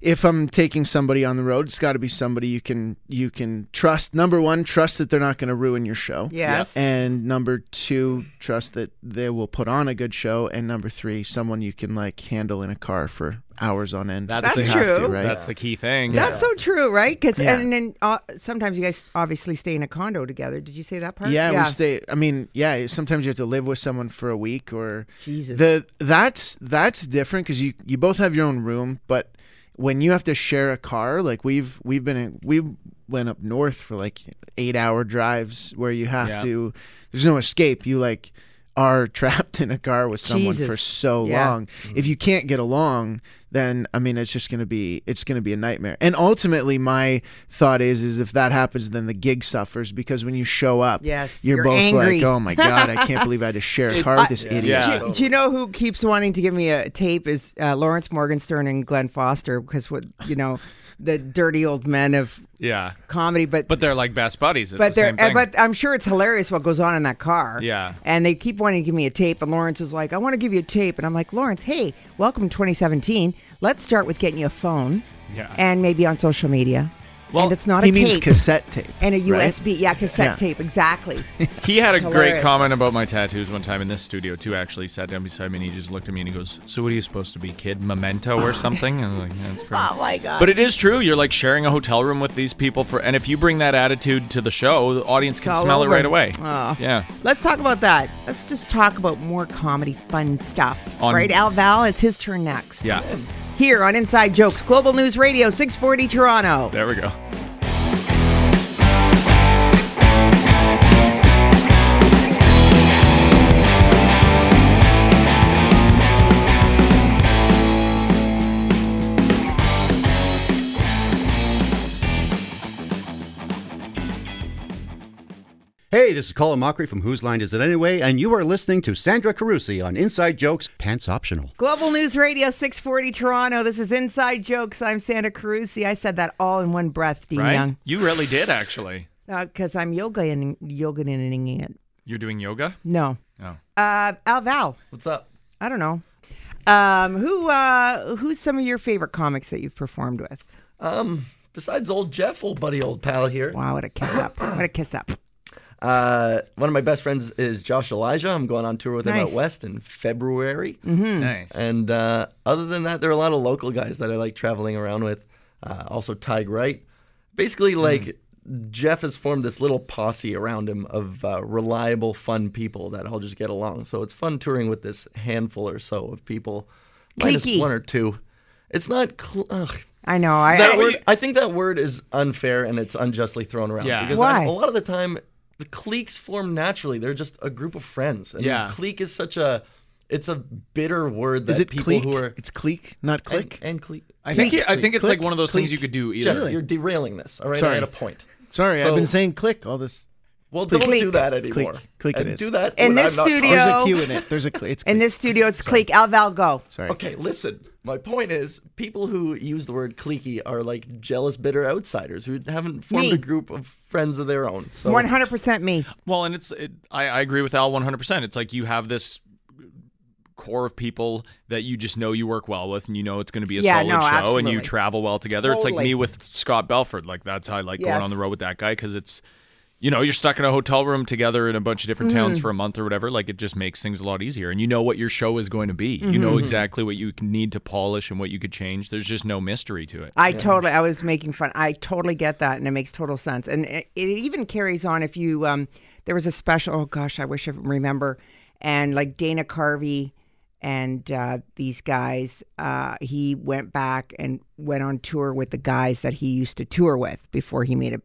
Speaker 5: if I'm taking somebody on the road, it's got to be somebody you can you can trust. Number 1, trust that they're not going to ruin your show.
Speaker 2: Yes.
Speaker 5: And number 2, trust that they will put on a good show and number 3, someone you can like handle in a car for hours on end.
Speaker 3: that's,
Speaker 2: That's
Speaker 3: the,
Speaker 2: true.
Speaker 5: right?
Speaker 3: That's the key thing.
Speaker 2: That's so true, right? 'Cause-
Speaker 5: Yeah.
Speaker 2: and then uh, sometimes you guys obviously stay in a condo together. Did you say that part?
Speaker 5: Yeah, we stay. I mean, yeah. Sometimes you have to live with someone for a week, or
Speaker 2: Jesus.
Speaker 5: the that's that's different because you you both have your own room, but when you have to share a car, like we've we've been in, we went up north for like eight hour drives where you have
Speaker 3: Yeah.
Speaker 5: to. There's no escape. You like are trapped in a car with someone
Speaker 2: Jesus.
Speaker 5: for so
Speaker 2: Yeah.
Speaker 5: long. If you can't get along, then I mean it's just going to be it's going to be a nightmare. And ultimately my thought is is if that happens then the gig suffers because when you show up,
Speaker 2: Yes,
Speaker 5: you're,
Speaker 2: you're
Speaker 5: both
Speaker 2: angry.
Speaker 5: like, "Oh my god, I can't believe I had to share a car with this idiot."
Speaker 3: Yeah.
Speaker 2: Do, do you know who keeps wanting to give me a tape is uh, Lawrence Morgenstern and Glenn Foster because what you know, the dirty old men of
Speaker 3: yeah.
Speaker 2: comedy. But
Speaker 3: But they're like best buddies. It's
Speaker 2: but
Speaker 3: the
Speaker 2: they're
Speaker 3: same thing.
Speaker 2: but I'm sure it's hilarious what goes on in that car.
Speaker 3: Yeah.
Speaker 2: And they keep wanting to give me a tape, and Lawrence is like, "I want to give you a tape," and I'm like, "Lawrence, hey, welcome to 2017. Let's start with getting you a phone,
Speaker 3: Yeah.
Speaker 2: and maybe on social media.
Speaker 3: Well,
Speaker 2: and it's not
Speaker 5: He
Speaker 2: a
Speaker 5: means
Speaker 2: tape
Speaker 5: cassette tape.
Speaker 2: and a
Speaker 5: right?
Speaker 2: USB, yeah, cassette
Speaker 5: Yeah.
Speaker 2: tape, exactly."
Speaker 3: He had a
Speaker 2: Hilarious.
Speaker 3: great comment about my tattoos one time in this studio too. Actually, he sat down beside me and he just looked at me and he goes, "So what are you supposed to be, kid? Memento or something?" And I was like, yeah, "That's pretty."
Speaker 2: oh my god!
Speaker 3: But it is true. You're like sharing a hotel room with these people for, and if you bring that attitude to the show, the audience can
Speaker 2: all
Speaker 3: smell
Speaker 2: over.
Speaker 3: it right away.
Speaker 2: Aw.
Speaker 3: Yeah,
Speaker 2: Oh. Let's talk about that. Let's just talk about more comedy fun stuff.
Speaker 3: On-
Speaker 2: right, Al Val, it's his turn next.
Speaker 3: yeah.
Speaker 2: Here on Inside Jokes, Global News Radio, 640 Toronto.
Speaker 3: There we go.
Speaker 8: Hey, this is Colin Mockery from Whose Line Is It Anyway, and you are listening to Sandra Carusi on Inside Jokes, Pants Optional.
Speaker 2: Global News Radio, 640 Toronto. This is Inside Jokes. I'm Santa Carusi. I said that all in one breath, Dean
Speaker 3: Right?
Speaker 2: Young.
Speaker 3: You really did actually.
Speaker 2: Because I'm yoga and yoga and it.
Speaker 3: You're doing yoga.
Speaker 2: No.
Speaker 3: Oh.
Speaker 2: Uh, Al Val,
Speaker 4: What's up?
Speaker 2: I don't know. Um, who uh, who's some of your favorite comics that you've performed with?
Speaker 4: Um, besides old Jeff, old buddy, old pal here.
Speaker 2: Wow, what a kiss up! What a kiss up!
Speaker 4: Uh, one of my best friends is Josh Elijah. I'm going on tour with him out
Speaker 2: Nice.
Speaker 4: west in February.
Speaker 3: Nice.
Speaker 4: And uh, other than that, there are a lot of local guys that I like traveling around with. Uh, also, Tig Wright. Basically, like Jeff has formed this little posse around him of uh, reliable, fun people that all just get along. So it's fun touring with this handful or so of people, minus
Speaker 2: Cliquey.
Speaker 4: one or two. It's not. Cl- ugh.
Speaker 2: I know. I,
Speaker 4: That
Speaker 2: I-
Speaker 4: word, I think that word is unfair and it's unjustly thrown around.
Speaker 3: Yeah.
Speaker 4: Because
Speaker 2: Why?
Speaker 4: I- a lot of the time, the cliques form naturally. They're just a group of friends. And
Speaker 3: Yeah.
Speaker 4: clique is such a, it's a bitter word that
Speaker 5: Is it
Speaker 4: people
Speaker 5: clique?
Speaker 4: who are
Speaker 5: It's clique, not
Speaker 4: and,
Speaker 5: click.
Speaker 4: and clique.
Speaker 3: I think
Speaker 5: Click,
Speaker 3: I think it's
Speaker 5: click,
Speaker 3: like one of those things you could do either.
Speaker 4: Jeff, you're derailing this. All right,
Speaker 5: Sorry.
Speaker 4: I had a point.
Speaker 5: Sorry, I've
Speaker 4: So-
Speaker 5: been saying click all this.
Speaker 4: Well, don't
Speaker 2: Clique.
Speaker 4: do that anymore.
Speaker 5: Clique. Clique it
Speaker 4: and
Speaker 5: is.
Speaker 4: Do that
Speaker 2: In
Speaker 4: when
Speaker 2: this
Speaker 4: I'm not
Speaker 2: studio-
Speaker 4: talking.
Speaker 5: There's
Speaker 2: Yo.
Speaker 5: a Q in it. There's a click. It's click.
Speaker 2: in this studio, it's clique. Al Val go.
Speaker 5: Sorry.
Speaker 4: Okay, listen. My point is, people who use the word cliquey are like jealous, bitter outsiders who haven't formed
Speaker 2: Me.
Speaker 4: a group of friends of their own. So
Speaker 2: One hundred percent me.
Speaker 3: Well, and it's it, I, I agree with Al 100%. It's like you have this core of people that you just know you work well with and you know it's going to be a
Speaker 2: Yeah,
Speaker 3: solid
Speaker 2: no,
Speaker 3: show and
Speaker 2: absolutely.
Speaker 3: you travel well together. It's like
Speaker 2: Totally.
Speaker 3: me with Scott Belford. Like that's how I like
Speaker 2: Yes.
Speaker 3: going on the road with that guy cuz it's you know, you're stuck in a hotel room together in a bunch of different
Speaker 2: Mm.
Speaker 3: towns for a month or whatever. Like it just makes things a lot easier and you know what your show is going to be. You
Speaker 2: Mm-hmm.
Speaker 3: know exactly what you can- need to polish and what you could change. There's just no mystery to it.
Speaker 2: I totally. I was making fun. I totally get that, and it makes total sense. And it, it even carries on if you. Um, there was a special. Oh gosh, I wish I remember. And like Dana Carvey and uh, these guys, uh, he went back and went on tour with the guys that he used to tour with before he made it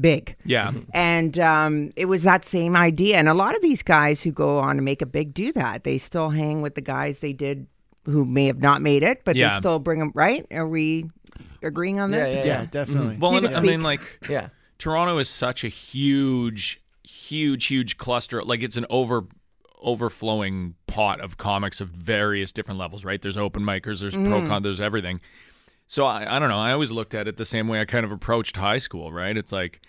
Speaker 2: big.
Speaker 3: Yeah.
Speaker 2: And um, it was that same idea. And a lot of these guys who go on to make a big do that. They still hang with the guys they did who may have not made it, but
Speaker 3: Yeah.
Speaker 2: they still bring them, right? Are we agreeing on this?
Speaker 4: yeah,
Speaker 5: Yeah,
Speaker 4: Mm-hmm.
Speaker 5: definitely.
Speaker 3: Well,
Speaker 2: You
Speaker 3: and,
Speaker 2: could
Speaker 3: I
Speaker 2: speak.
Speaker 3: mean like
Speaker 4: yeah.
Speaker 3: Toronto is such a huge, huge, huge cluster. Like it's an over overflowing pot of comics of various different levels, right? There's open micers, there's
Speaker 2: Mm-hmm.
Speaker 3: pro con, there's everything. So I, I don't know. I always looked at it the same way I kind of approached high school, right? It's like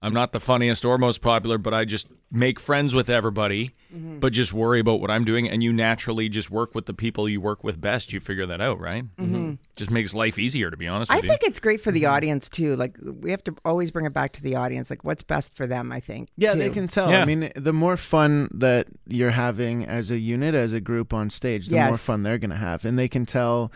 Speaker 3: I'm not the funniest or most popular, but I just make friends with everybody,
Speaker 2: Mm-hmm.
Speaker 3: but just worry about what I'm doing. And you naturally just work with the people you work with best. You figure that out, right? Mm-hmm. Just makes life easier, to be Mm-hmm. honest
Speaker 2: I
Speaker 3: with you.
Speaker 2: think it's great for the audience too. Like we have to always bring it back to the audience. Like what's best for them, I think.
Speaker 5: Yeah,
Speaker 2: too.
Speaker 5: they can tell.
Speaker 3: Yeah.
Speaker 5: I mean, the more fun that you're having as a unit, as a group on stage, the
Speaker 2: Yes.
Speaker 5: more fun they're going to have, and they can tell.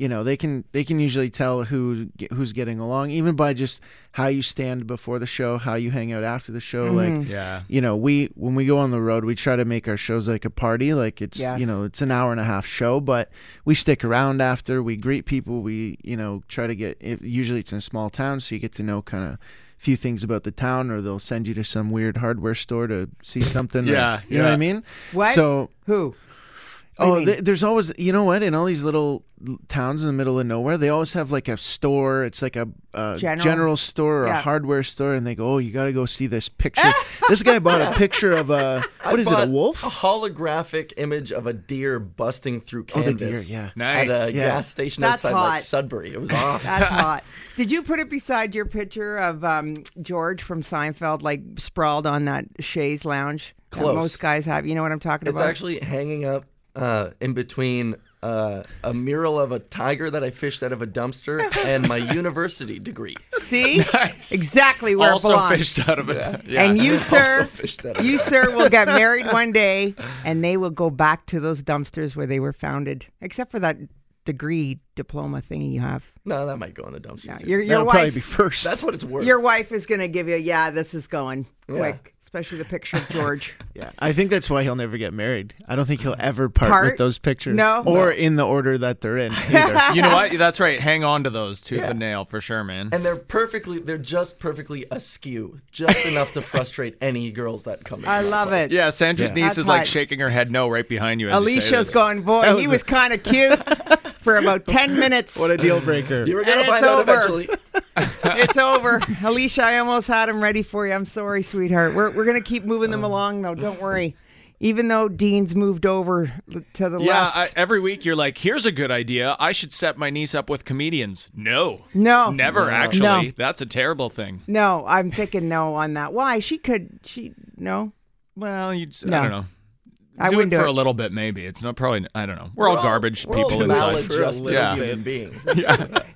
Speaker 5: You know, they can they can usually tell who ge- who's getting along, even by just how you stand before the show, how you hang out after the show.
Speaker 2: Mm-hmm.
Speaker 5: Like,
Speaker 3: Yeah.
Speaker 5: you know, we when we go on the road, we try to make our shows like a party. Like it's
Speaker 2: Yes.
Speaker 5: you know it's an hour and a half show, but we stick around after. We greet people. We you know try to get. It, usually it's in a small town, so you get to know kind of few things about the town, or they'll send you to some weird hardware store to see something. or-
Speaker 3: Yeah,
Speaker 5: you know what
Speaker 3: yeah.
Speaker 5: I mean.
Speaker 2: What?
Speaker 5: So
Speaker 2: Who? do you
Speaker 5: Oh,
Speaker 2: mean?
Speaker 5: th- there's always you know what in all these little l- towns in the middle of nowhere they always have like a store. It's like a, a
Speaker 2: General?
Speaker 5: general. store or a
Speaker 2: Yeah.
Speaker 5: hardware store, and they go, "Oh, you got to go see this picture." this guy bought a picture of a what is it? A
Speaker 4: bought
Speaker 5: wolf?
Speaker 2: Oh,
Speaker 4: A holographic image of a deer busting through
Speaker 5: Oh, the
Speaker 4: canvas.
Speaker 5: deer. Yeah.
Speaker 3: Nice.
Speaker 4: At a
Speaker 5: Yeah.
Speaker 4: gas station
Speaker 2: That's
Speaker 4: outside
Speaker 2: hot.
Speaker 4: like Sudbury. It was awesome.
Speaker 2: That's hot. Did you put it beside your picture of um, George from Seinfeld, like sprawled on that chaise lounge? that
Speaker 4: Close.
Speaker 2: most guys have. You know what I'm talking
Speaker 4: it's
Speaker 2: about?
Speaker 4: actually hanging up uh, in between uh, a mural of a tiger that I fished out of a dumpster and my university degree.
Speaker 2: See? Exactly where it
Speaker 3: also
Speaker 2: belongs.
Speaker 3: fished out of it. Yeah.
Speaker 2: And you,
Speaker 4: Also
Speaker 2: sir,
Speaker 4: fished out of
Speaker 2: you,
Speaker 4: it.
Speaker 2: sir, will get married one day, and they will go back to those dumpsters where they were founded, except for that degree diploma thingy you have.
Speaker 4: No, that might go in the dumpster.
Speaker 2: Yeah,
Speaker 4: too.
Speaker 2: your your
Speaker 5: That'll probably
Speaker 2: wife,
Speaker 5: be first.
Speaker 4: That's what it's worth.
Speaker 2: your wife is gonna give you. Yeah, this is going quick, especially the picture of George.
Speaker 5: yeah. I think that's why he'll never get married. I don't think he'll ever part,
Speaker 2: Part?
Speaker 5: with those pictures,
Speaker 2: No.
Speaker 5: or in the order that they're in. Either.
Speaker 3: you know what? That's right. Hang on to those tooth and nail for sure, man.
Speaker 4: and they're perfectly, they're just perfectly askew, just enough to frustrate any girls that come. in.
Speaker 2: I love it.
Speaker 3: yeah, Sandra's niece
Speaker 2: That's
Speaker 3: is like
Speaker 2: hot.
Speaker 3: shaking her head no right behind you. As you say
Speaker 2: Alicia's
Speaker 3: this.
Speaker 2: going, boy,
Speaker 5: That
Speaker 2: he
Speaker 5: was
Speaker 2: was kind of cute for about 10 minutes.
Speaker 5: what a deal breaker.
Speaker 4: You were gonna
Speaker 2: And it's
Speaker 4: find out
Speaker 2: over.
Speaker 4: eventually.
Speaker 2: it's over. Alicia, I almost had him ready for you. I'm sorry, sweetheart. We're, we're going to keep moving
Speaker 3: Oh.
Speaker 2: them along, though. Don't worry. Even though Dean's moved over l- to the
Speaker 3: Yeah,
Speaker 2: left.
Speaker 3: I, every week you're like, here's a good idea. I should set my niece up with comedians. No.
Speaker 2: No.
Speaker 3: Never, actually.
Speaker 2: No.
Speaker 3: That's a terrible thing.
Speaker 2: no, I'm thinking no on that. Why? She could, she, no.
Speaker 3: Well, you'd, s
Speaker 2: No.
Speaker 3: I don't know.
Speaker 2: I
Speaker 3: do
Speaker 2: wouldn't
Speaker 3: it for
Speaker 2: do
Speaker 3: a
Speaker 2: it.
Speaker 3: little bit, maybe. It's not probably, I don't know. We're, all garbage
Speaker 4: We're
Speaker 3: people
Speaker 4: all
Speaker 3: inside.
Speaker 4: maladjusted
Speaker 3: Yeah.
Speaker 4: human beings.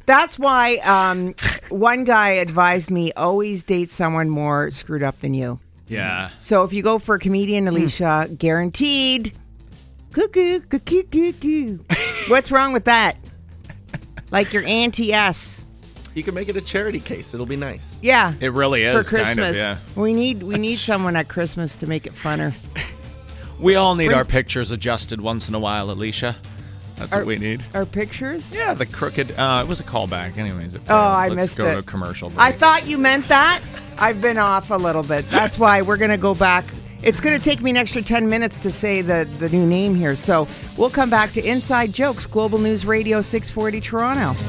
Speaker 2: That's why um, one guy advised me always date someone more screwed up than you.
Speaker 3: Yeah.
Speaker 2: So if you go for
Speaker 3: Hmm.
Speaker 2: comedian Alicia, guaranteed cuckoo, cuckoo, cuckoo. What's wrong with that? Like your auntie S.
Speaker 4: You can make it a charity case. It'll be nice.
Speaker 2: Yeah.
Speaker 3: It really is
Speaker 2: for Christmas.
Speaker 3: kind of, yeah.
Speaker 2: We need we need someone at Christmas to make it funner.
Speaker 3: We all need our pictures adjusted once in a while, Alicia. That's what we need.
Speaker 2: Our pictures?
Speaker 3: Yeah, the crooked. Uh, it was a callback, anyways. It
Speaker 2: Oh,
Speaker 3: failed.
Speaker 2: I
Speaker 3: Let's
Speaker 2: missed
Speaker 3: go
Speaker 2: it.
Speaker 3: to a commercial break.
Speaker 2: I thought you meant that. I've been off a little bit. That's why we're going to go back. It's going to take me an extra 10 minutes to say the, the new name here. So we'll come back to Inside Jokes, Global News Radio 640 Toronto.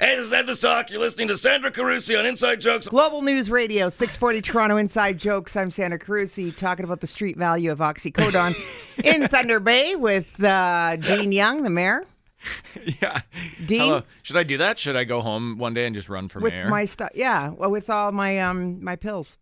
Speaker 9: Hey, this is Ed the Sock. You're listening to Sandra Carusi on Inside Jokes.
Speaker 2: Global News Radio 640 Toronto Inside Jokes. I'm Santa Carusi talking about the street value of oxycodone in Thunder Bay with uh, Gene Young, the mayor.
Speaker 3: yeah.
Speaker 2: Dean?
Speaker 3: Hello. Should I do that? Should I go home one day and just run for
Speaker 2: with
Speaker 3: mayor?
Speaker 2: my stuff. Yeah, well, with all my um my pills.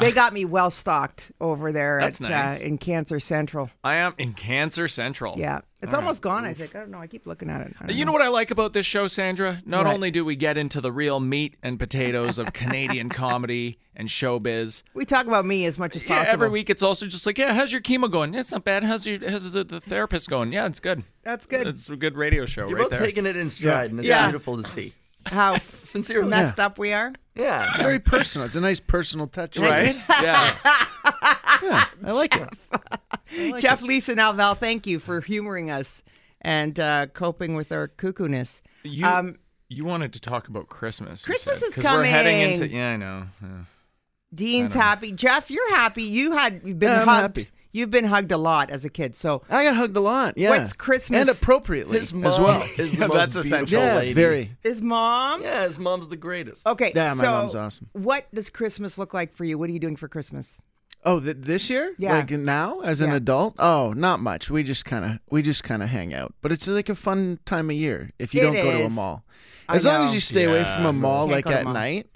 Speaker 2: They got me well stocked over there
Speaker 3: That's
Speaker 2: at,
Speaker 3: nice.
Speaker 2: uh, in Cancer Central.
Speaker 3: I am in Cancer Central.
Speaker 2: Yeah, it's almost gone. I think I don't know. I keep looking at it. I don't
Speaker 3: You know what I like about this show, Sandra? Not
Speaker 2: What?
Speaker 3: only do we get into the real meat and potatoes of Canadian comedy and showbiz,
Speaker 2: we talk about me as much as
Speaker 3: yeah,
Speaker 2: possible
Speaker 3: every week it's also just like, yeah, how's your chemo going? Yeah, it's not bad. How's your how's the, the therapist going? Yeah, it's good.
Speaker 2: That's good.
Speaker 3: It's a good radio show
Speaker 4: You're
Speaker 3: right
Speaker 4: both
Speaker 3: there.
Speaker 4: taking it in stride, and it's
Speaker 2: Yeah.
Speaker 4: beautiful to see.
Speaker 2: How
Speaker 4: Sincerely.
Speaker 2: messed up we are.
Speaker 4: Yeah.
Speaker 5: Very personal. It's a nice personal touch.
Speaker 3: right? yeah.
Speaker 5: I like it.
Speaker 2: Jeff, Lisa, and Alval, thank you for humoring us and uh, coping with our cuckoo-ness.
Speaker 3: You
Speaker 2: Um,
Speaker 3: you wanted to talk about Christmas. you
Speaker 2: Christmas
Speaker 3: said,
Speaker 2: is
Speaker 3: 'cause We're heading
Speaker 2: coming.
Speaker 3: into yeah, I know. yeah.
Speaker 2: Dean's happy. Jeff, you're happy. You had you've been
Speaker 5: Yeah, I'm
Speaker 2: hugged.
Speaker 5: happy.
Speaker 2: You've been hugged a lot as a kid. So
Speaker 5: I got hugged a lot. Yeah.
Speaker 2: What's Christmas-
Speaker 5: And appropriately
Speaker 4: His mom
Speaker 5: as well.
Speaker 4: is the
Speaker 3: Yeah,
Speaker 4: most
Speaker 3: that's
Speaker 4: beautiful
Speaker 3: essential.
Speaker 5: Yeah,
Speaker 4: lady.
Speaker 5: very.
Speaker 2: is mom.
Speaker 4: Yeah, his mom's the greatest.
Speaker 2: Okay.
Speaker 5: Yeah, my
Speaker 2: so
Speaker 5: mom's awesome.
Speaker 2: What does Christmas look like for you? What are you doing for Christmas?
Speaker 5: Oh, th- this year?
Speaker 2: Yeah.
Speaker 5: Like now as an
Speaker 2: Yeah.
Speaker 5: adult? Oh, not much. We just kind of we just kind of hang out. But it's like a fun time of year if you
Speaker 2: It
Speaker 5: don't go to a
Speaker 2: is.
Speaker 5: mall.
Speaker 2: I
Speaker 5: As long as
Speaker 2: know.
Speaker 5: you stay away from a mall
Speaker 2: Can't
Speaker 5: like
Speaker 2: go to
Speaker 5: at
Speaker 2: mall.
Speaker 5: night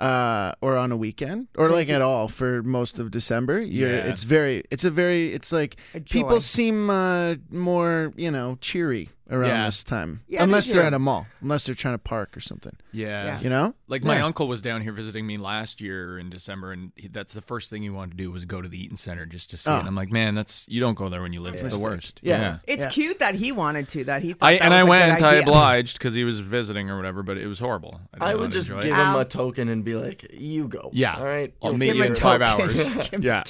Speaker 5: uh or on a weekend or like at all for most of December. You're
Speaker 3: Yeah.
Speaker 5: it's very it's a very it's like
Speaker 2: A joy.
Speaker 5: people seem uh more, you know, cheery around
Speaker 3: Yeah.
Speaker 5: this time.
Speaker 2: Yeah,
Speaker 5: unless
Speaker 2: they
Speaker 5: they're
Speaker 2: do.
Speaker 5: at a mall, unless they're trying to park or something.
Speaker 3: Yeah.
Speaker 2: Yeah.
Speaker 5: You know?
Speaker 3: Like my
Speaker 5: Yeah.
Speaker 3: uncle was down here visiting me last year in December, and he, that's the first thing he wanted to do was go to the Eaton Center just to see
Speaker 5: Oh.
Speaker 3: it. And I'm like, man, that's you don't go there when you live. It's the worst.
Speaker 5: Yeah.
Speaker 2: It's
Speaker 5: Yeah.
Speaker 2: cute that he wanted to. That he. Thought
Speaker 3: I
Speaker 2: that was
Speaker 3: and I
Speaker 2: a good
Speaker 3: went. I
Speaker 2: idea.
Speaker 3: obliged because he was visiting or whatever, but it was horrible. did
Speaker 4: I
Speaker 3: not
Speaker 4: would just
Speaker 3: enjoy
Speaker 4: give
Speaker 3: it.
Speaker 4: him a token and be like, "You go."
Speaker 3: Yeah.
Speaker 4: All right.
Speaker 3: I'll
Speaker 4: You'll
Speaker 3: meet
Speaker 4: figure
Speaker 3: you in
Speaker 4: it out."
Speaker 3: five hours. yeah.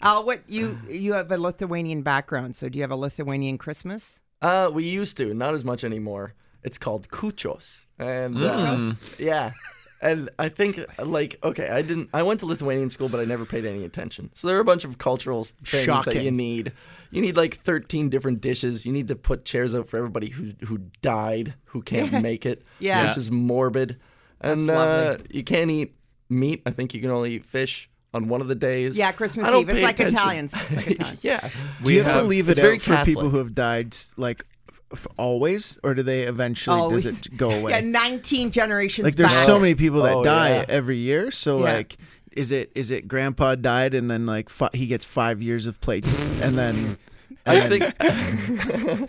Speaker 2: Al, what you you have a Lithuanian background, so do you have a Lithuanian Christmas?
Speaker 4: Uh, we used to, not as much anymore. It's called kuchos, and uh, yeah, and I think like okay, I didn't. I went to Lithuanian school, but I never paid any attention. So there are a bunch of cultural things that you
Speaker 5: Shocking.
Speaker 4: need. You need like thirteen different dishes. You need to put chairs out for everybody who who died, who can't make it,
Speaker 2: Yeah.
Speaker 4: which is morbid, and uh, you can't eat meat. I think you can only eat fish on one of the days.
Speaker 2: Yeah, Christmas
Speaker 4: I don't
Speaker 2: Eve. It's
Speaker 4: pay
Speaker 2: like
Speaker 4: attention.
Speaker 2: Italians. It's like Italians.
Speaker 4: yeah.
Speaker 5: do you have, to leave it
Speaker 4: it's very
Speaker 5: out for people
Speaker 4: Catholic.
Speaker 5: who have died like f- always or do they eventually does it go away
Speaker 2: Yeah, nineteen generations.
Speaker 5: like there's
Speaker 2: back.
Speaker 5: so many people that
Speaker 4: Oh,
Speaker 5: die
Speaker 4: yeah.
Speaker 5: every year so
Speaker 2: Yeah.
Speaker 5: like is it is it grandpa died and then like fi- he gets five years of plates and then and
Speaker 4: I
Speaker 5: then-
Speaker 4: think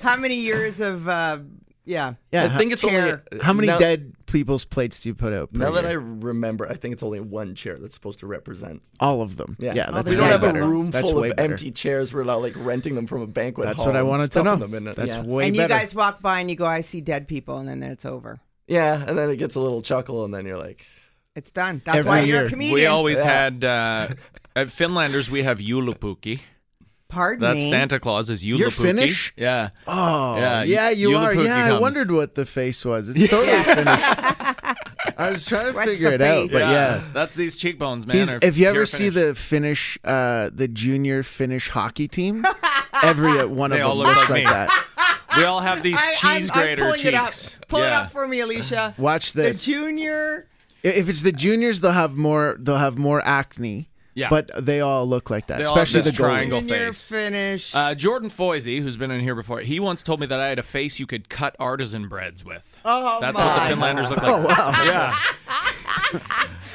Speaker 2: How many years of? Uh, yeah.
Speaker 5: yeah
Speaker 4: I think
Speaker 5: ho-
Speaker 4: it's only
Speaker 2: Chair.
Speaker 5: how many
Speaker 4: now-
Speaker 5: dead people's plates do you put out per
Speaker 4: Now that I
Speaker 5: year?
Speaker 4: remember, I think it's only one chair that's supposed to represent.
Speaker 5: all of them yeah,
Speaker 4: Yeah,
Speaker 5: that's
Speaker 4: we don't
Speaker 5: way
Speaker 4: have
Speaker 5: better.
Speaker 4: a room
Speaker 5: that's
Speaker 4: full
Speaker 5: way
Speaker 4: of
Speaker 5: better.
Speaker 4: empty chairs. We're not like renting them from a banquet
Speaker 5: that's
Speaker 4: hall.
Speaker 5: what I
Speaker 4: and
Speaker 5: wanted to know.
Speaker 4: stuffing Them in it.
Speaker 5: That's
Speaker 4: yeah.
Speaker 5: way
Speaker 2: and you
Speaker 5: better.
Speaker 2: guys walk by and you go, "I see dead people," and then it's over.
Speaker 4: yeah, and then it gets a little chuckle, and then you're like,
Speaker 2: It's done. That's
Speaker 5: Every
Speaker 2: why you're
Speaker 5: year.
Speaker 2: a
Speaker 5: We
Speaker 2: comedian.
Speaker 3: We always had uh, at Finlanders. We have Yulupuki.
Speaker 2: Pardon
Speaker 3: That's
Speaker 2: me.
Speaker 3: Santa Claus is Yulupuki.
Speaker 5: Finnish?
Speaker 3: Yeah.
Speaker 5: Oh,
Speaker 3: Yeah,
Speaker 5: yeah,
Speaker 3: you-
Speaker 5: you
Speaker 3: you
Speaker 5: are.
Speaker 3: look who
Speaker 5: Yeah, I
Speaker 3: becomes.
Speaker 5: wondered what the face was. It's totally finished. I was trying to
Speaker 2: What's
Speaker 5: figure
Speaker 2: the
Speaker 5: it out,
Speaker 2: face?
Speaker 5: but yeah.
Speaker 3: That's these cheekbones, man.
Speaker 5: He's,
Speaker 3: are
Speaker 5: if you ever
Speaker 3: pure
Speaker 5: see
Speaker 3: Finnish.
Speaker 5: the Finnish, uh, the junior Finnish hockey team, every uh, one
Speaker 3: They
Speaker 5: of
Speaker 3: all
Speaker 5: them
Speaker 3: look
Speaker 5: looks
Speaker 3: like
Speaker 5: like
Speaker 3: me.
Speaker 5: that.
Speaker 3: we all have these
Speaker 2: I, I'm,
Speaker 3: cheese
Speaker 2: I'm
Speaker 3: grater
Speaker 2: pulling
Speaker 3: cheeks.
Speaker 2: it up. Pull
Speaker 3: yeah.
Speaker 2: it up for me, Alicia.
Speaker 5: Watch
Speaker 2: The
Speaker 5: this.
Speaker 2: junior.
Speaker 5: if it's the juniors, they'll have more. They'll have more acne.
Speaker 3: Yeah.
Speaker 5: but they all look like that,
Speaker 3: They all have
Speaker 5: especially the
Speaker 3: this
Speaker 5: goalie.
Speaker 3: triangle.
Speaker 2: Junior
Speaker 3: face.
Speaker 2: finish.
Speaker 3: Uh, Jordan Foisey, who's been in here before, he once told me that I had a face you could cut artisan breads with.
Speaker 2: Oh
Speaker 3: That's
Speaker 2: my!
Speaker 5: Oh,
Speaker 3: what the Finlanders look like.
Speaker 5: Wow.
Speaker 3: Yeah.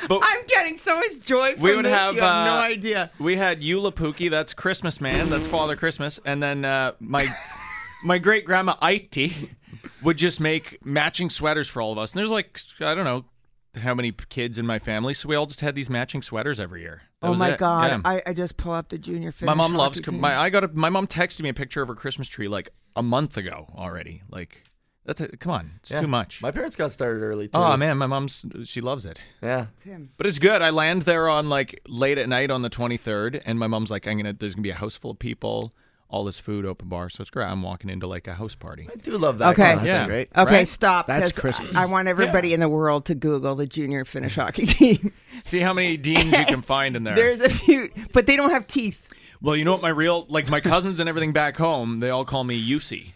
Speaker 3: But-
Speaker 2: I'm getting so much joy from
Speaker 3: we would
Speaker 2: this.
Speaker 3: have,
Speaker 2: you have no
Speaker 3: uh,
Speaker 2: idea.
Speaker 3: We had Eula Pookie, that's Christmas man, that's Father Christmas, and then uh, my my great grandma Aiti would just make matching sweaters for all of us. And there's like I don't know how many p- kids in my family, so we all just had these matching sweaters every year. That
Speaker 2: Oh
Speaker 3: was
Speaker 2: my
Speaker 3: it.
Speaker 2: god!
Speaker 3: Yeah.
Speaker 2: I, I just pull up the junior.
Speaker 3: my
Speaker 2: Finnish
Speaker 3: mom loves
Speaker 2: hockey team.
Speaker 3: my I got a, my mom texted me a picture of her Christmas tree like a month ago already. Like that's a, come on, it's
Speaker 4: Yeah.
Speaker 3: too much.
Speaker 4: My parents got started early too.
Speaker 3: Oh man, my mom's she loves it.
Speaker 4: Yeah.
Speaker 3: But it's good. I land there on like late at night on the 23rd, and my mom's like, "I'm gonna. There's gonna be a house full of people, all this food, open bar. So it's great. I'm walking into like a house party.
Speaker 4: I do love that.
Speaker 2: Okay.
Speaker 4: concept.
Speaker 3: Yeah.
Speaker 5: great.
Speaker 2: Okay,
Speaker 3: Right?
Speaker 2: stop.
Speaker 5: That's
Speaker 2: 'cause
Speaker 5: Christmas.
Speaker 2: I, I want everybody in the world to Google the junior Finnish hockey team.
Speaker 3: See how many deans you can find in there.
Speaker 2: There's a few, but they don't have teeth.
Speaker 3: well, you know what? My real like my cousins and everything back home, they all call me Yusi.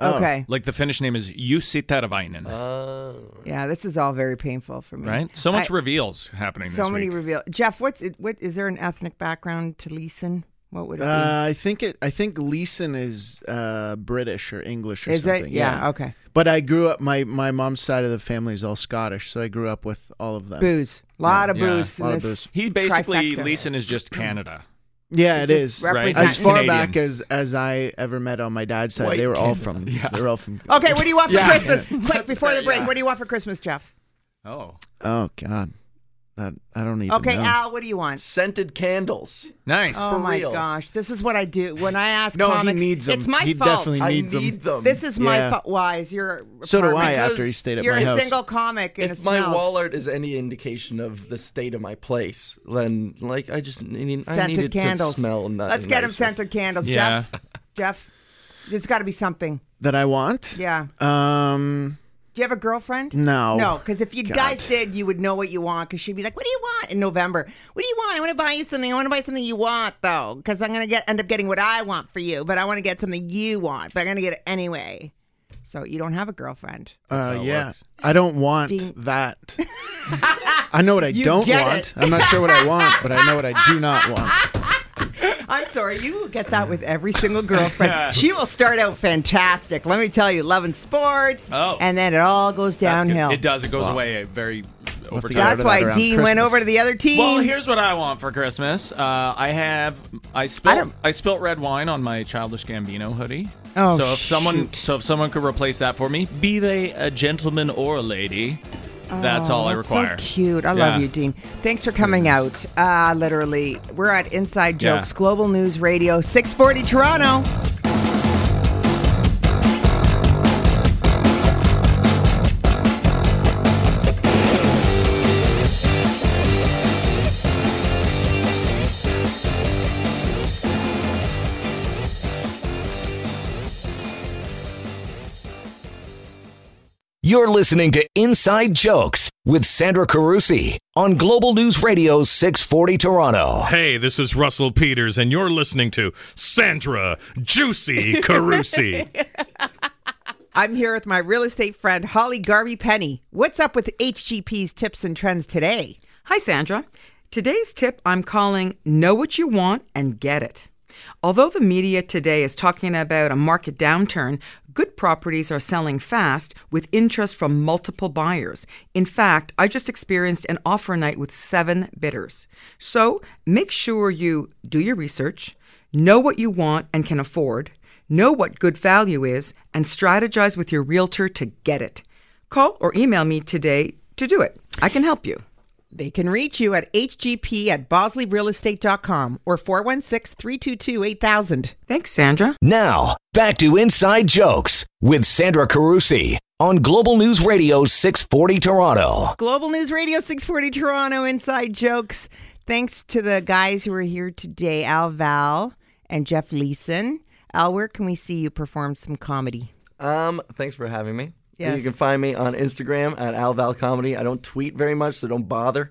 Speaker 5: Oh.
Speaker 2: Okay.
Speaker 3: Like the Finnish name is Yusi Tervainen.
Speaker 4: Oh.
Speaker 2: Yeah, this is all very painful for me.
Speaker 3: right? So much
Speaker 2: I-
Speaker 3: reveals happening.
Speaker 2: so
Speaker 3: this
Speaker 2: many
Speaker 3: week.
Speaker 2: reveal. Jeff, what's it, what is there an ethnic background to Leeson? What would it be?
Speaker 5: Uh, I think it. I think Leeson is uh, British or English or
Speaker 2: is
Speaker 5: something.
Speaker 2: it? Yeah. Okay.
Speaker 5: But I grew up. My my mom's side of the family is all Scottish, so I grew up with all of them.
Speaker 2: Booze. A lot of
Speaker 3: Uh, Yeah.
Speaker 2: booze. in
Speaker 5: Lot of
Speaker 2: this
Speaker 5: booze.
Speaker 3: He basically
Speaker 2: trifecta.
Speaker 3: Leeson is just Canada.
Speaker 5: Yeah, it
Speaker 2: just
Speaker 5: is.
Speaker 2: represent-
Speaker 5: As far
Speaker 3: Canadian.
Speaker 5: back as as I ever met on my dad's side,
Speaker 4: White
Speaker 5: they were all from. They were all from.
Speaker 2: Okay, what do you want for
Speaker 3: Yeah.
Speaker 2: Christmas? Quick, before the
Speaker 3: fair,
Speaker 2: break,
Speaker 3: yeah.
Speaker 2: what do you want for Christmas, Jeff?
Speaker 3: Oh,
Speaker 5: Oh God, that, I don't even.
Speaker 2: Okay,
Speaker 5: know.
Speaker 2: Al, what do you want?
Speaker 4: Scented candles.
Speaker 3: nice.
Speaker 2: Oh my
Speaker 4: real.
Speaker 2: gosh, this is what I do when I ask
Speaker 5: No, he
Speaker 2: comics.
Speaker 5: needs 'em.
Speaker 2: It's my
Speaker 5: He
Speaker 2: fault.
Speaker 5: definitely
Speaker 4: I
Speaker 5: needs 'em.
Speaker 4: need them.
Speaker 2: This is my
Speaker 5: Yeah.
Speaker 2: fault. Why is your
Speaker 5: So do I.
Speaker 2: apartment-
Speaker 5: After he stayed at
Speaker 2: You're
Speaker 5: my
Speaker 2: a
Speaker 5: house.
Speaker 2: single comic, and
Speaker 4: if
Speaker 2: it
Speaker 4: my
Speaker 2: smells.
Speaker 4: wall art is any indication of the state of my place, then like I just need, I
Speaker 2: scented
Speaker 4: need it
Speaker 2: candles.
Speaker 4: to smell. Nothing
Speaker 2: Let's get him
Speaker 4: nicer.
Speaker 2: scented candles,
Speaker 3: Yeah.
Speaker 2: Jeff. Jeff, there's got to be something.
Speaker 5: That I want.
Speaker 2: Yeah.
Speaker 5: Um.
Speaker 2: Do you have a girlfriend?
Speaker 5: No. Uh,
Speaker 2: No, because if you guys did, you would know what you want. Because she'd be like, "What do you want?" In November, "What do you want?" I want to buy you something. I want to buy something you want though, because I'm gonna get end up getting what I want for you, but I want to get something you want, but I'm gonna get it anyway. So you don't have a girlfriend.
Speaker 5: Uh, yeah. I don't want
Speaker 2: Ding.
Speaker 5: that. I know what I don't
Speaker 2: get
Speaker 5: want.
Speaker 2: it.
Speaker 5: I'm not sure what I want, but I know what I do not want.
Speaker 2: I'm sorry, you will get that with every single girlfriend. she will start out fantastic. Let me tell you, loving sports,
Speaker 3: Oh.
Speaker 2: and then it all goes
Speaker 3: That's good.
Speaker 2: downhill.
Speaker 3: It does. It goes away very over
Speaker 5: to
Speaker 3: time.
Speaker 5: get out
Speaker 2: That's
Speaker 5: of
Speaker 2: why
Speaker 5: that around
Speaker 2: Dean went
Speaker 5: Christmas.
Speaker 2: over to the other team.
Speaker 3: Well, here's what I want for Christmas. Uh, I have I spilled
Speaker 2: don't-
Speaker 3: I, spilt red wine on my childish Gambino hoodie.
Speaker 2: Oh,
Speaker 3: so if someone
Speaker 2: shoot.
Speaker 3: so if someone could replace that for me, be they a gentleman or a lady, that's all I
Speaker 2: Oh, That's
Speaker 3: require.
Speaker 2: So cute. I
Speaker 3: Yeah.
Speaker 2: love you, Dean. Thanks for coming out. Uh, literally, we're at Inside
Speaker 3: Yeah.
Speaker 2: Jokes, Global News Radio, 640 Toronto.
Speaker 1: You're listening to Inside Jokes with Sandra Carusi on Global News Radio 640 Toronto.
Speaker 9: Hey, this is Russell Peters, and you're listening to Sandra Juicy Carusi.
Speaker 2: I'm here with my real estate friend, Holly Garvey Penny. What's up with HGP's tips and trends today?
Speaker 10: Hi, Sandra. Today's tip I'm calling Know What You Want and Get It. Although the media today is talking about a market downturn, good properties are selling fast with interest from multiple buyers. In fact, I just experienced an offer night with seven bidders. So make sure you do your research, know what you want and can afford, know what good value is, and strategize with your realtor to get it. Call or email me today to do it. I can help you.
Speaker 2: They can reach you at hgp at bosleyrealestate.com or 416 322 8000.
Speaker 10: Thanks, Sandra.
Speaker 1: Now, back to Inside Jokes with Sandra Carusi on Global News Radio 640 Toronto.
Speaker 2: Global News Radio 640 Toronto Inside Jokes. Thanks to the guys who are here today, Al Val and Jeff Leeson. Al, where can we see you perform some comedy?
Speaker 4: Um, thanks for having me.
Speaker 2: Yes.
Speaker 4: You can find me on Instagram at AlValComedy. I don't tweet very much, so don't bother.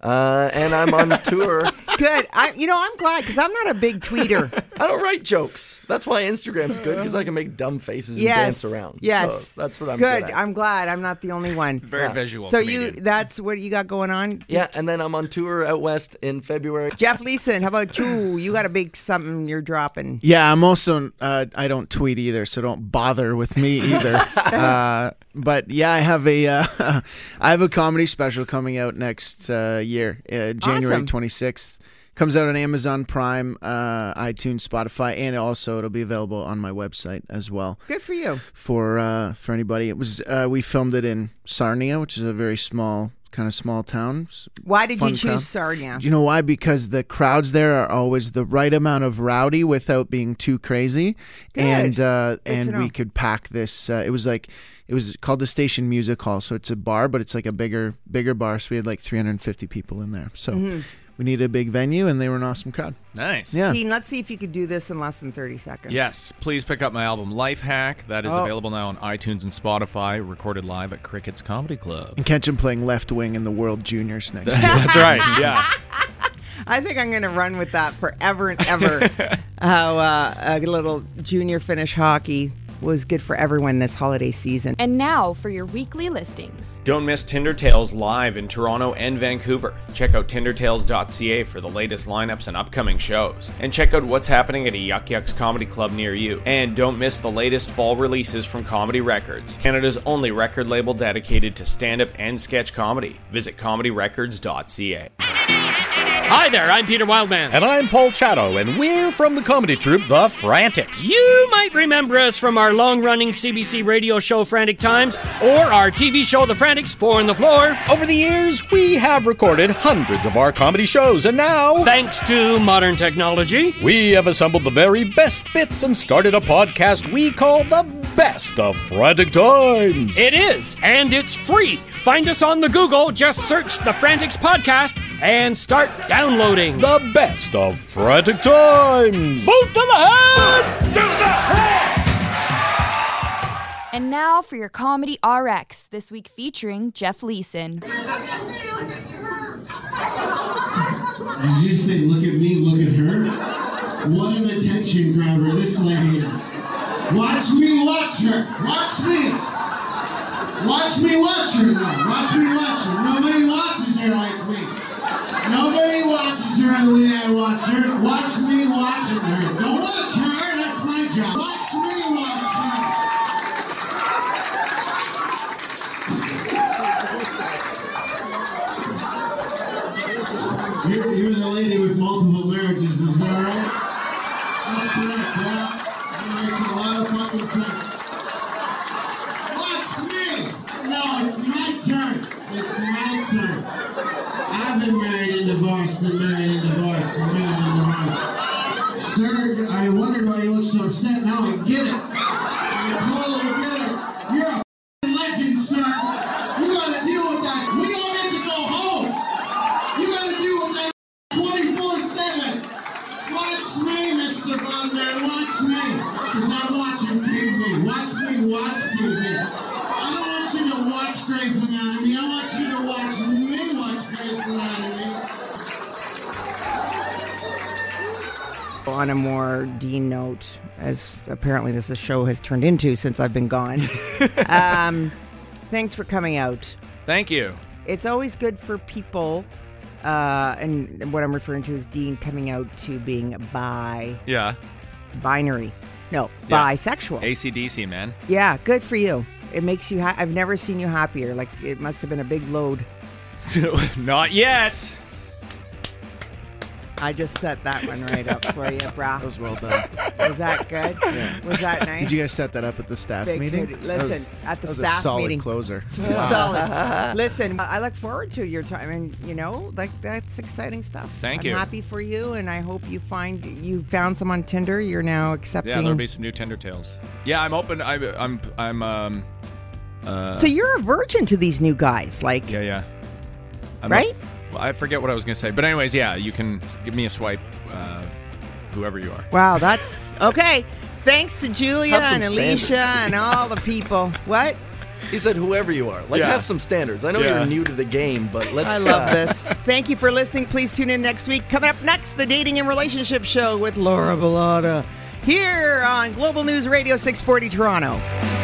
Speaker 4: Uh, and I'm on tour.
Speaker 2: Good. I, you know, I'm glad because I'm not a big tweeter.
Speaker 4: I don't write jokes. That's why Instagram's good because I can make dumb faces and dance around.
Speaker 2: Yes,
Speaker 4: So that's what I'm
Speaker 2: good.
Speaker 4: good at.
Speaker 2: I'm glad I'm not the only one.
Speaker 3: Very Yeah. visual
Speaker 2: So you,
Speaker 3: comedian.
Speaker 2: that's what you got going on.
Speaker 4: yeah, and then I'm on tour out west in February.
Speaker 2: Jeff Leeson, how about you? You got a big something you're dropping.
Speaker 5: Yeah, I'm also uh, I don't tweet either, so don't bother with me either. uh, but yeah, I have a uh, I have a comedy special coming out next uh, year, uh, January
Speaker 2: Awesome.
Speaker 5: 26th. Comes out on Amazon Prime, uh, iTunes, Spotify, and also it'll be available on my website as well
Speaker 2: Good for you.
Speaker 5: for uh, for anybody. It was uh, we filmed it in Sarnia, which is a very small kind of small town. S-
Speaker 2: Why did
Speaker 5: fun
Speaker 2: you
Speaker 5: crowd.
Speaker 2: choose Sarnia?
Speaker 5: Do you know why? Because the crowds there are always the right amount of rowdy without being too crazy, and uh, and
Speaker 2: to know.
Speaker 5: we could pack this. Uh, it was like it was called the Station Music Hall, so it's a bar, but it's like a bigger bigger bar. So we had like 350 people in there. So
Speaker 2: Mm-hmm.
Speaker 5: we needed a big venue, and they were an awesome crowd.
Speaker 3: Nice.
Speaker 5: Yeah.
Speaker 2: Dean, let's see if you could do this in less than 30 seconds.
Speaker 3: Yes, please pick up my album Life Hack. That
Speaker 2: Oh.
Speaker 3: is available now on iTunes and Spotify, recorded live at Crickets Comedy Club.
Speaker 5: And catch them playing left wing in the World Juniors next. year.
Speaker 3: That's right. Yeah.
Speaker 2: I think I'm going to run with that forever and ever. How uh, a little junior Finnish hockey was good for everyone this holiday season.
Speaker 11: And now for your weekly listings.
Speaker 12: Don't miss Tinder Tales live in Toronto and Vancouver. Check out tindertales.ca for the latest lineups and upcoming shows. And check out what's happening at a Yuck Yucks comedy club near you. And don't miss the latest fall releases from Comedy Records, Canada's only record label dedicated to stand up and sketch comedy. Visit comedyrecords.ca.
Speaker 13: Hi there, I'm Peter Wildman.
Speaker 14: And I'm Paul Chatto, and we're from the comedy troupe The Frantics.
Speaker 13: You might remember us from our long running CBC radio show Frantic Times or our TV show The Frantics, Four on the Floor.
Speaker 14: Over the years, we have recorded hundreds of our comedy shows, and now.
Speaker 13: Thanks to modern technology,
Speaker 14: we have assembled the very best bits and started a podcast we call The Best of Frantic Times.
Speaker 13: It is, and it's free. Find us on the Google, just search The Frantics Podcast and start downloading.
Speaker 14: The best of Frantic Times.
Speaker 13: Boot to the head!
Speaker 11: And now for your Comedy RX, this week featuring Jeff Leeson.
Speaker 15: And you say, look at me, look at her. What an attention grabber this lady is. Watch me watch her. Watch me. Watch me watch her, though. Watch me watch her. Nobody watches her like me. Nobody watches her the way I watch her. Watch me watching her. Don't watch her. That's my job. Watch me watch her. You're, you're the lady with multiple marriages, is that right? That's correct, yeah. That makes a lot of fucking sense. What's me? No, it's my turn. It's my turn. I've been married and divorced, been married and divorced, been married and divorced. Sir, I wondered why you look so upset. Now I get it. I totally get it. You're a f***ing legend, sir. You gotta deal with that. We all get to go home. You gotta deal with that 24-7. Watch me, Mr. Von Der, watch me. Because I'm watching TV. Watch me watch TV. I don't want you to watch Grey's Anatomy. I want you to watch me watch Grey's Anatomy.
Speaker 2: On a more Dean note, as apparently this show has turned into since I've been gone. um, thanks for coming out.
Speaker 3: Thank you.
Speaker 2: It's always good for people, uh, and what I'm referring to is Dean coming out to being bi,
Speaker 3: Yeah.
Speaker 2: binary, no,
Speaker 3: Yeah.
Speaker 2: bisexual.
Speaker 3: ACDC, man.
Speaker 2: Yeah, good for you. It makes you. Ha- I've never seen you happier. Like it must have been a big load.
Speaker 3: Not yet.
Speaker 2: I just set that one right up for you, brah.
Speaker 5: That was well done.
Speaker 2: Was that good?
Speaker 5: Yeah.
Speaker 2: Was that nice?
Speaker 5: Did you guys set that up at the staff
Speaker 2: Big
Speaker 5: meeting?
Speaker 2: hoodie.
Speaker 5: That was-
Speaker 2: Listen, at the
Speaker 5: that was
Speaker 2: staff
Speaker 5: a solid
Speaker 2: meeting.
Speaker 5: closer.
Speaker 2: Solid. Listen, I look forward to your time, and you know, like that's exciting stuff.
Speaker 3: Thank
Speaker 2: I'm
Speaker 3: you.
Speaker 2: happy for you, and I hope you find you found some on Tinder. You're now accepting.
Speaker 3: Yeah, there'll be some new Tender Tales. Yeah, I'm open. I, I'm. I'm. Um. Uh,
Speaker 2: so you're a virgin to these new guys, like
Speaker 3: Yeah, yeah. I'm a-
Speaker 2: Right?
Speaker 3: well, I forget what I was gonna say, but anyways, yeah, you can give me a swipe, uh, whoever you are.
Speaker 2: wow, that's okay. Thanks to Julia
Speaker 3: Have some
Speaker 2: and Alicia
Speaker 3: standards.
Speaker 2: and all the people. What?
Speaker 4: He said, "Whoever you are, like
Speaker 2: Yeah.
Speaker 4: have some standards." I know
Speaker 2: Yeah.
Speaker 4: you're new to the game, but let's. uh,
Speaker 2: I love this. Thank you for listening. Please tune in next week. Coming up next, the Dating and Relationship Show with Laura Bellata here on Global News Radio 640 Toronto.